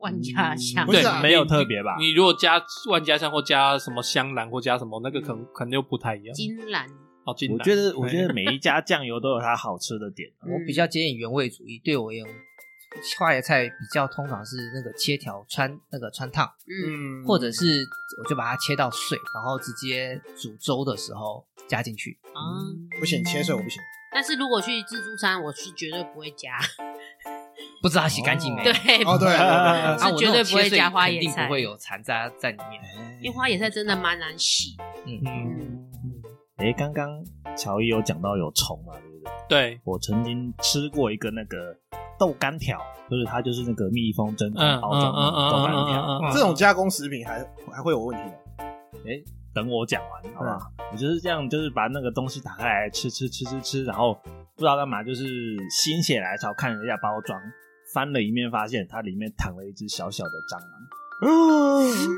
C: 万家香
E: 不
D: 对
E: 是，啊
A: 没有特别吧？
D: 你如果加万家香或加什么香兰或加什么，那个可能可能又不太一样。
C: 金兰，
D: 哦，金兰
A: 我觉 得，我觉得每一家酱油都有它好吃的点。
C: 嗯
B: 我比较接近原味主义，对我也有花椰菜比较通常是那个切条穿那个穿烫，
C: 嗯，
D: 嗯
B: 或者是我就把它切到碎，然后直接煮粥的时候加进去。
C: 啊，
A: 嗯
E: 不行，切碎我不行。
C: 但是如果去自助餐，我是绝对不会加，
B: 不知道洗干净没？
C: 对，
E: 哦，对，对对
B: 啊，
C: 是
B: 我
C: 绝
B: 那
C: 对
B: 种
C: 不会
B: 切碎
C: 加花
B: 肯
C: 椰
B: 定
C: 菜
B: 不会有残渣在里面。
C: 因为花野菜真的蛮难洗。
D: 嗯，
A: 哎，刚刚乔伊有讲到有虫嘛，对不对？
D: 对，
A: 我曾经吃过一个那个豆干条，就是它就是那个密封真空
D: 嗯嗯
A: 包装
D: 嗯嗯
A: 的豆
D: 嗯
A: 干
D: 嗯
A: 条。
D: 嗯嗯，
E: 这种加工食品还还会有问题吗？
A: 等我讲完，好不好？
D: 嗯
A: 我就是这样，就是把那个东西打开来吃吃吃吃吃，然后不知道干嘛，就是心血来潮看了一下包装，翻了一面，发现它里面躺了一只小小的蟑螂。
C: 嗯
E: 嗯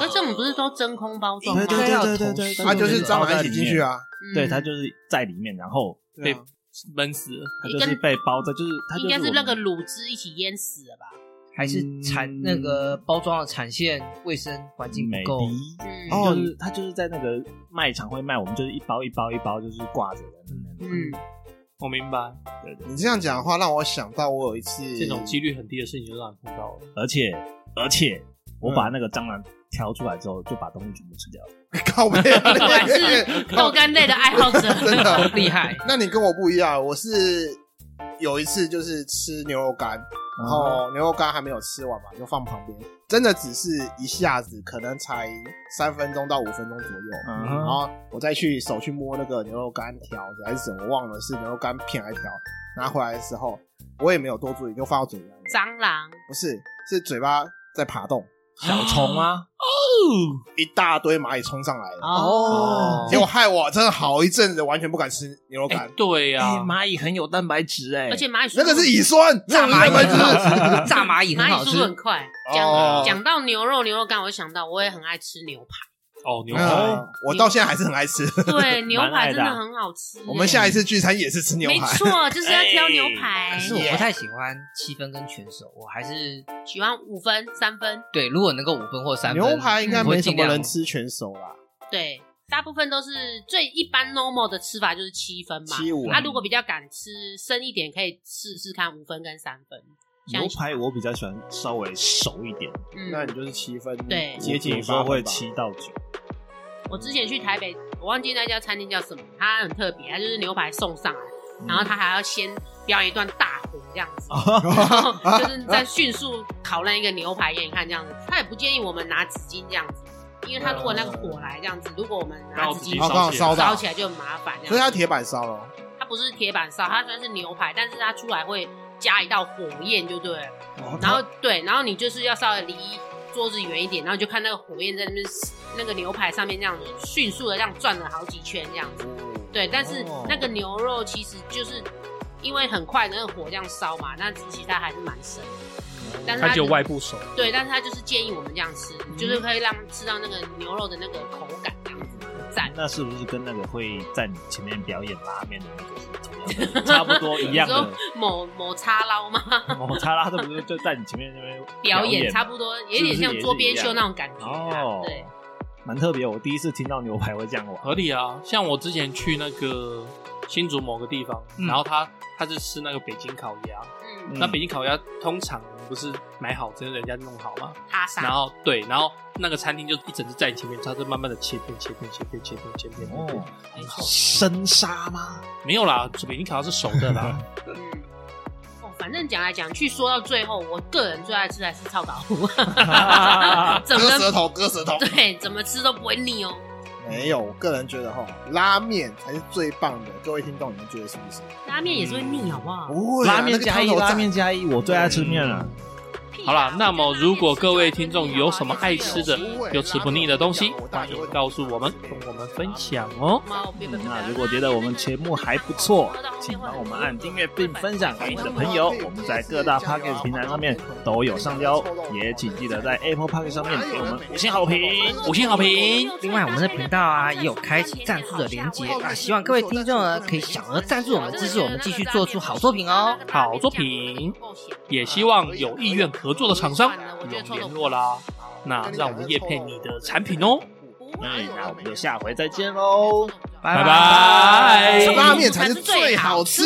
C: 那这种不是都真空包装吗？
A: 对对
B: 要
A: 对
B: 投
A: 对对，
B: 诉
E: 它啊就是蟑螂一起进去
A: 啊，
E: 啊，
C: 嗯
A: 对，它就是在里面，然后
E: 对啊
D: 闷死了，
A: 它就是被包在，就是它
C: 应
A: 就
C: 该是
A: 是
C: 那个卤汁一起淹死了吧？
B: 还是产那个
E: 嗯
B: 包装的产线卫生环境
A: 美
B: 不够，
C: 嗯
E: 哦
A: 就是它就是在那个卖场会卖，我们就是一包一包一包，就是挂着的那种。
C: 嗯，
D: 我明白，
A: 对对，
E: 你这样讲的话，让我想到我有一次
D: 这种几率很低的事情就让你碰到了，
A: 而且而且我
E: 嗯
A: 把那个蟑螂挑出来之后，就把东西全部吃掉了。
E: 靠背啊，
C: 果然是豆干类的爱好者，
E: 真的啊
B: 厉害。
E: 那你跟我不一样，我是有一次就是吃牛肉干，然
D: 嗯
E: 后牛肉干还没有吃完嘛，就放旁边，真的只是一下子，可能才三分钟到五分钟左右。然
A: 嗯，
E: 后我再去手去摸那个牛肉干条子还是什么，忘了是牛肉干片还是条。拿回来的时候，我也没有多注意，就放到嘴巴里。
C: 蟑螂，
E: 不是，是嘴巴在爬动，
A: 小虫啊，
E: 一大堆蚂蚁冲上来
D: 嗯
E: 了，
A: 哦
E: 结果害我真的好一阵子完全不敢吃牛肉
D: 哎
E: 干，，嗯
D: 对
A: 哎
D: 呀，
A: 蚂蚁很有蛋白质哎，
C: 而且蚂蚁
E: 那个是乙酸，那
B: 炸
E: 个
B: 蚂
E: 蛋白
B: 蚁很
E: 质。
B: 好吃，炸蚂蚁很
C: 蚂
B: 好
C: 蚁
B: 吃
C: 速度。很快。
E: 哦
C: 讲讲到牛肉牛肉干，我就想到我也很爱吃牛排，
D: 哦，牛排，
E: 嗯，我到现在还是很爱吃。
C: 对，牛
A: 蛮爱
C: 排
A: 的啊
C: 真的很好吃。
E: 我们下一次聚餐也是吃牛
C: 没
E: 排，哎
C: 错，就是要挑牛排
B: 可。是我不太喜欢七分跟全熟，我还是
C: 喜欢五分、三分，
B: 对，如果能够五分或三分，
E: 牛排
D: 嗯
E: 应该
B: 我
E: 没
B: 会
E: 什
B: 尽
E: 么
B: 量
E: 人。吃全熟啦，
C: 对，大部分都是最一般 normal 的吃法就是七分嘛。
E: 七五
C: 啊，如果比较敢吃深一点，可以试试看五分跟三分。
A: 牛排我比较喜欢稍微熟一点，
E: 那你
C: 嗯，
E: 就是七分，
C: 对
E: 接近
A: 有时候
E: 八
A: 会
E: 分吧。
A: 七到九。
C: 我之前去台北，我忘记那家餐厅叫什么，它很特别，它就是牛排送上来，
E: 嗯
C: 然后它还要先飙一段大火这样
E: 哦
C: 子。然 后就是在迅速烤烂一个牛排给你看这样子，他也不建议我们拿纸巾这样子，因为他如果那个火来这样子，如果我们拿纸
E: 哦，
C: 巾
E: 刚好
C: 烧
E: 烧到，
C: 起来就很麻烦这
D: 啊
C: 样子。
E: 所以它铁板烧了。
C: 它不是铁板烧，它虽然是牛排，但是它出来会加一道火焰，就对了。
E: 哦
C: 然后对，然后你就是要稍微离桌子远一点，然后你就看那个火焰在那边那个牛排上面这样子迅速的这样转了好几圈这样子。对，但是
E: 哦
C: 那个牛肉其实就是因为很快那个火这样烧嘛，那其实它还是蛮生的。但是它
D: 它只有
C: 就
D: 外部熟，
C: 对，但是它就是建议我们这样吃，就是可以让吃到那个牛肉的那个口感这样子，赞。
A: 那是不是跟那个会在你前面表演拉面的那个是同样的， 差不多一
C: 你
A: 样
C: 说
A: 的？
C: 某某叉捞吗？
A: 抹茶拉他不是就在你前面那边
C: 表演
A: 演
C: 差不多，有点像桌边秀那种感觉啊
A: 哦。，
C: 对，，
A: 蛮特别。我第一次听到牛排会这样玩，
D: 合理啊。像我之前去那个新竹某个地方，
B: 嗯
D: 然后他他是吃那个北京烤鸭，
C: 嗯，
D: 那北京烤鸭通常不是买好直接人家弄好吗？
C: 哈
D: 然
C: 萨，
D: 后对，然后那个餐厅就一整只在你前面，它就慢慢的切片、切片、切片、切片、切片，
A: 哦，
D: 很好。
A: 生杀 吗？
D: 没有啦，北京烤鸭是熟的 啦。
C: 嗯，哦，反正讲来讲去，说到最后，我个人最爱吃的还是臭豆腐， 怎
E: 割舌
C: 么
E: 头，割舌头。
C: 对怎么吃都不会腻哦。
E: 没有，我个人觉得哈，拉面才是最棒的。各位听众，你们觉得是不是？
C: 拉面也是会
A: 嗯
C: 腻，好不好？
E: 不会啊
A: 拉面加一，
E: 那个汤头
A: 拉嗯
E: 赞
A: 面加一，我最爱吃面了。
C: 屁啊
D: 好啦，那么如果各位听众有什么爱吃的又吃不腻的东西，欢迎告诉我们，跟我们分享哦。
A: 嗯那如果觉得我们节目还不 错，请帮我们按订阅并分享给你的朋友。我们在各大 p o c k e t 平台上面都有上架哦，也请记得在 Apple p o c k e t 上面给我们五星好评。
D: 五星好评
B: 另外，我们的频道啊也有开启赞助的连接啊，希望各位听众呢可以小额赞助我们，支持我们继续做出好作品哦。
D: 好作品也希望有意愿合作的厂商
E: 啊
D: 有联络啦。那让我们叶配你的产品哦。
A: 哎，那我们就下回再见喽。
B: 拜
D: 拜
E: 拉面才是最好吃。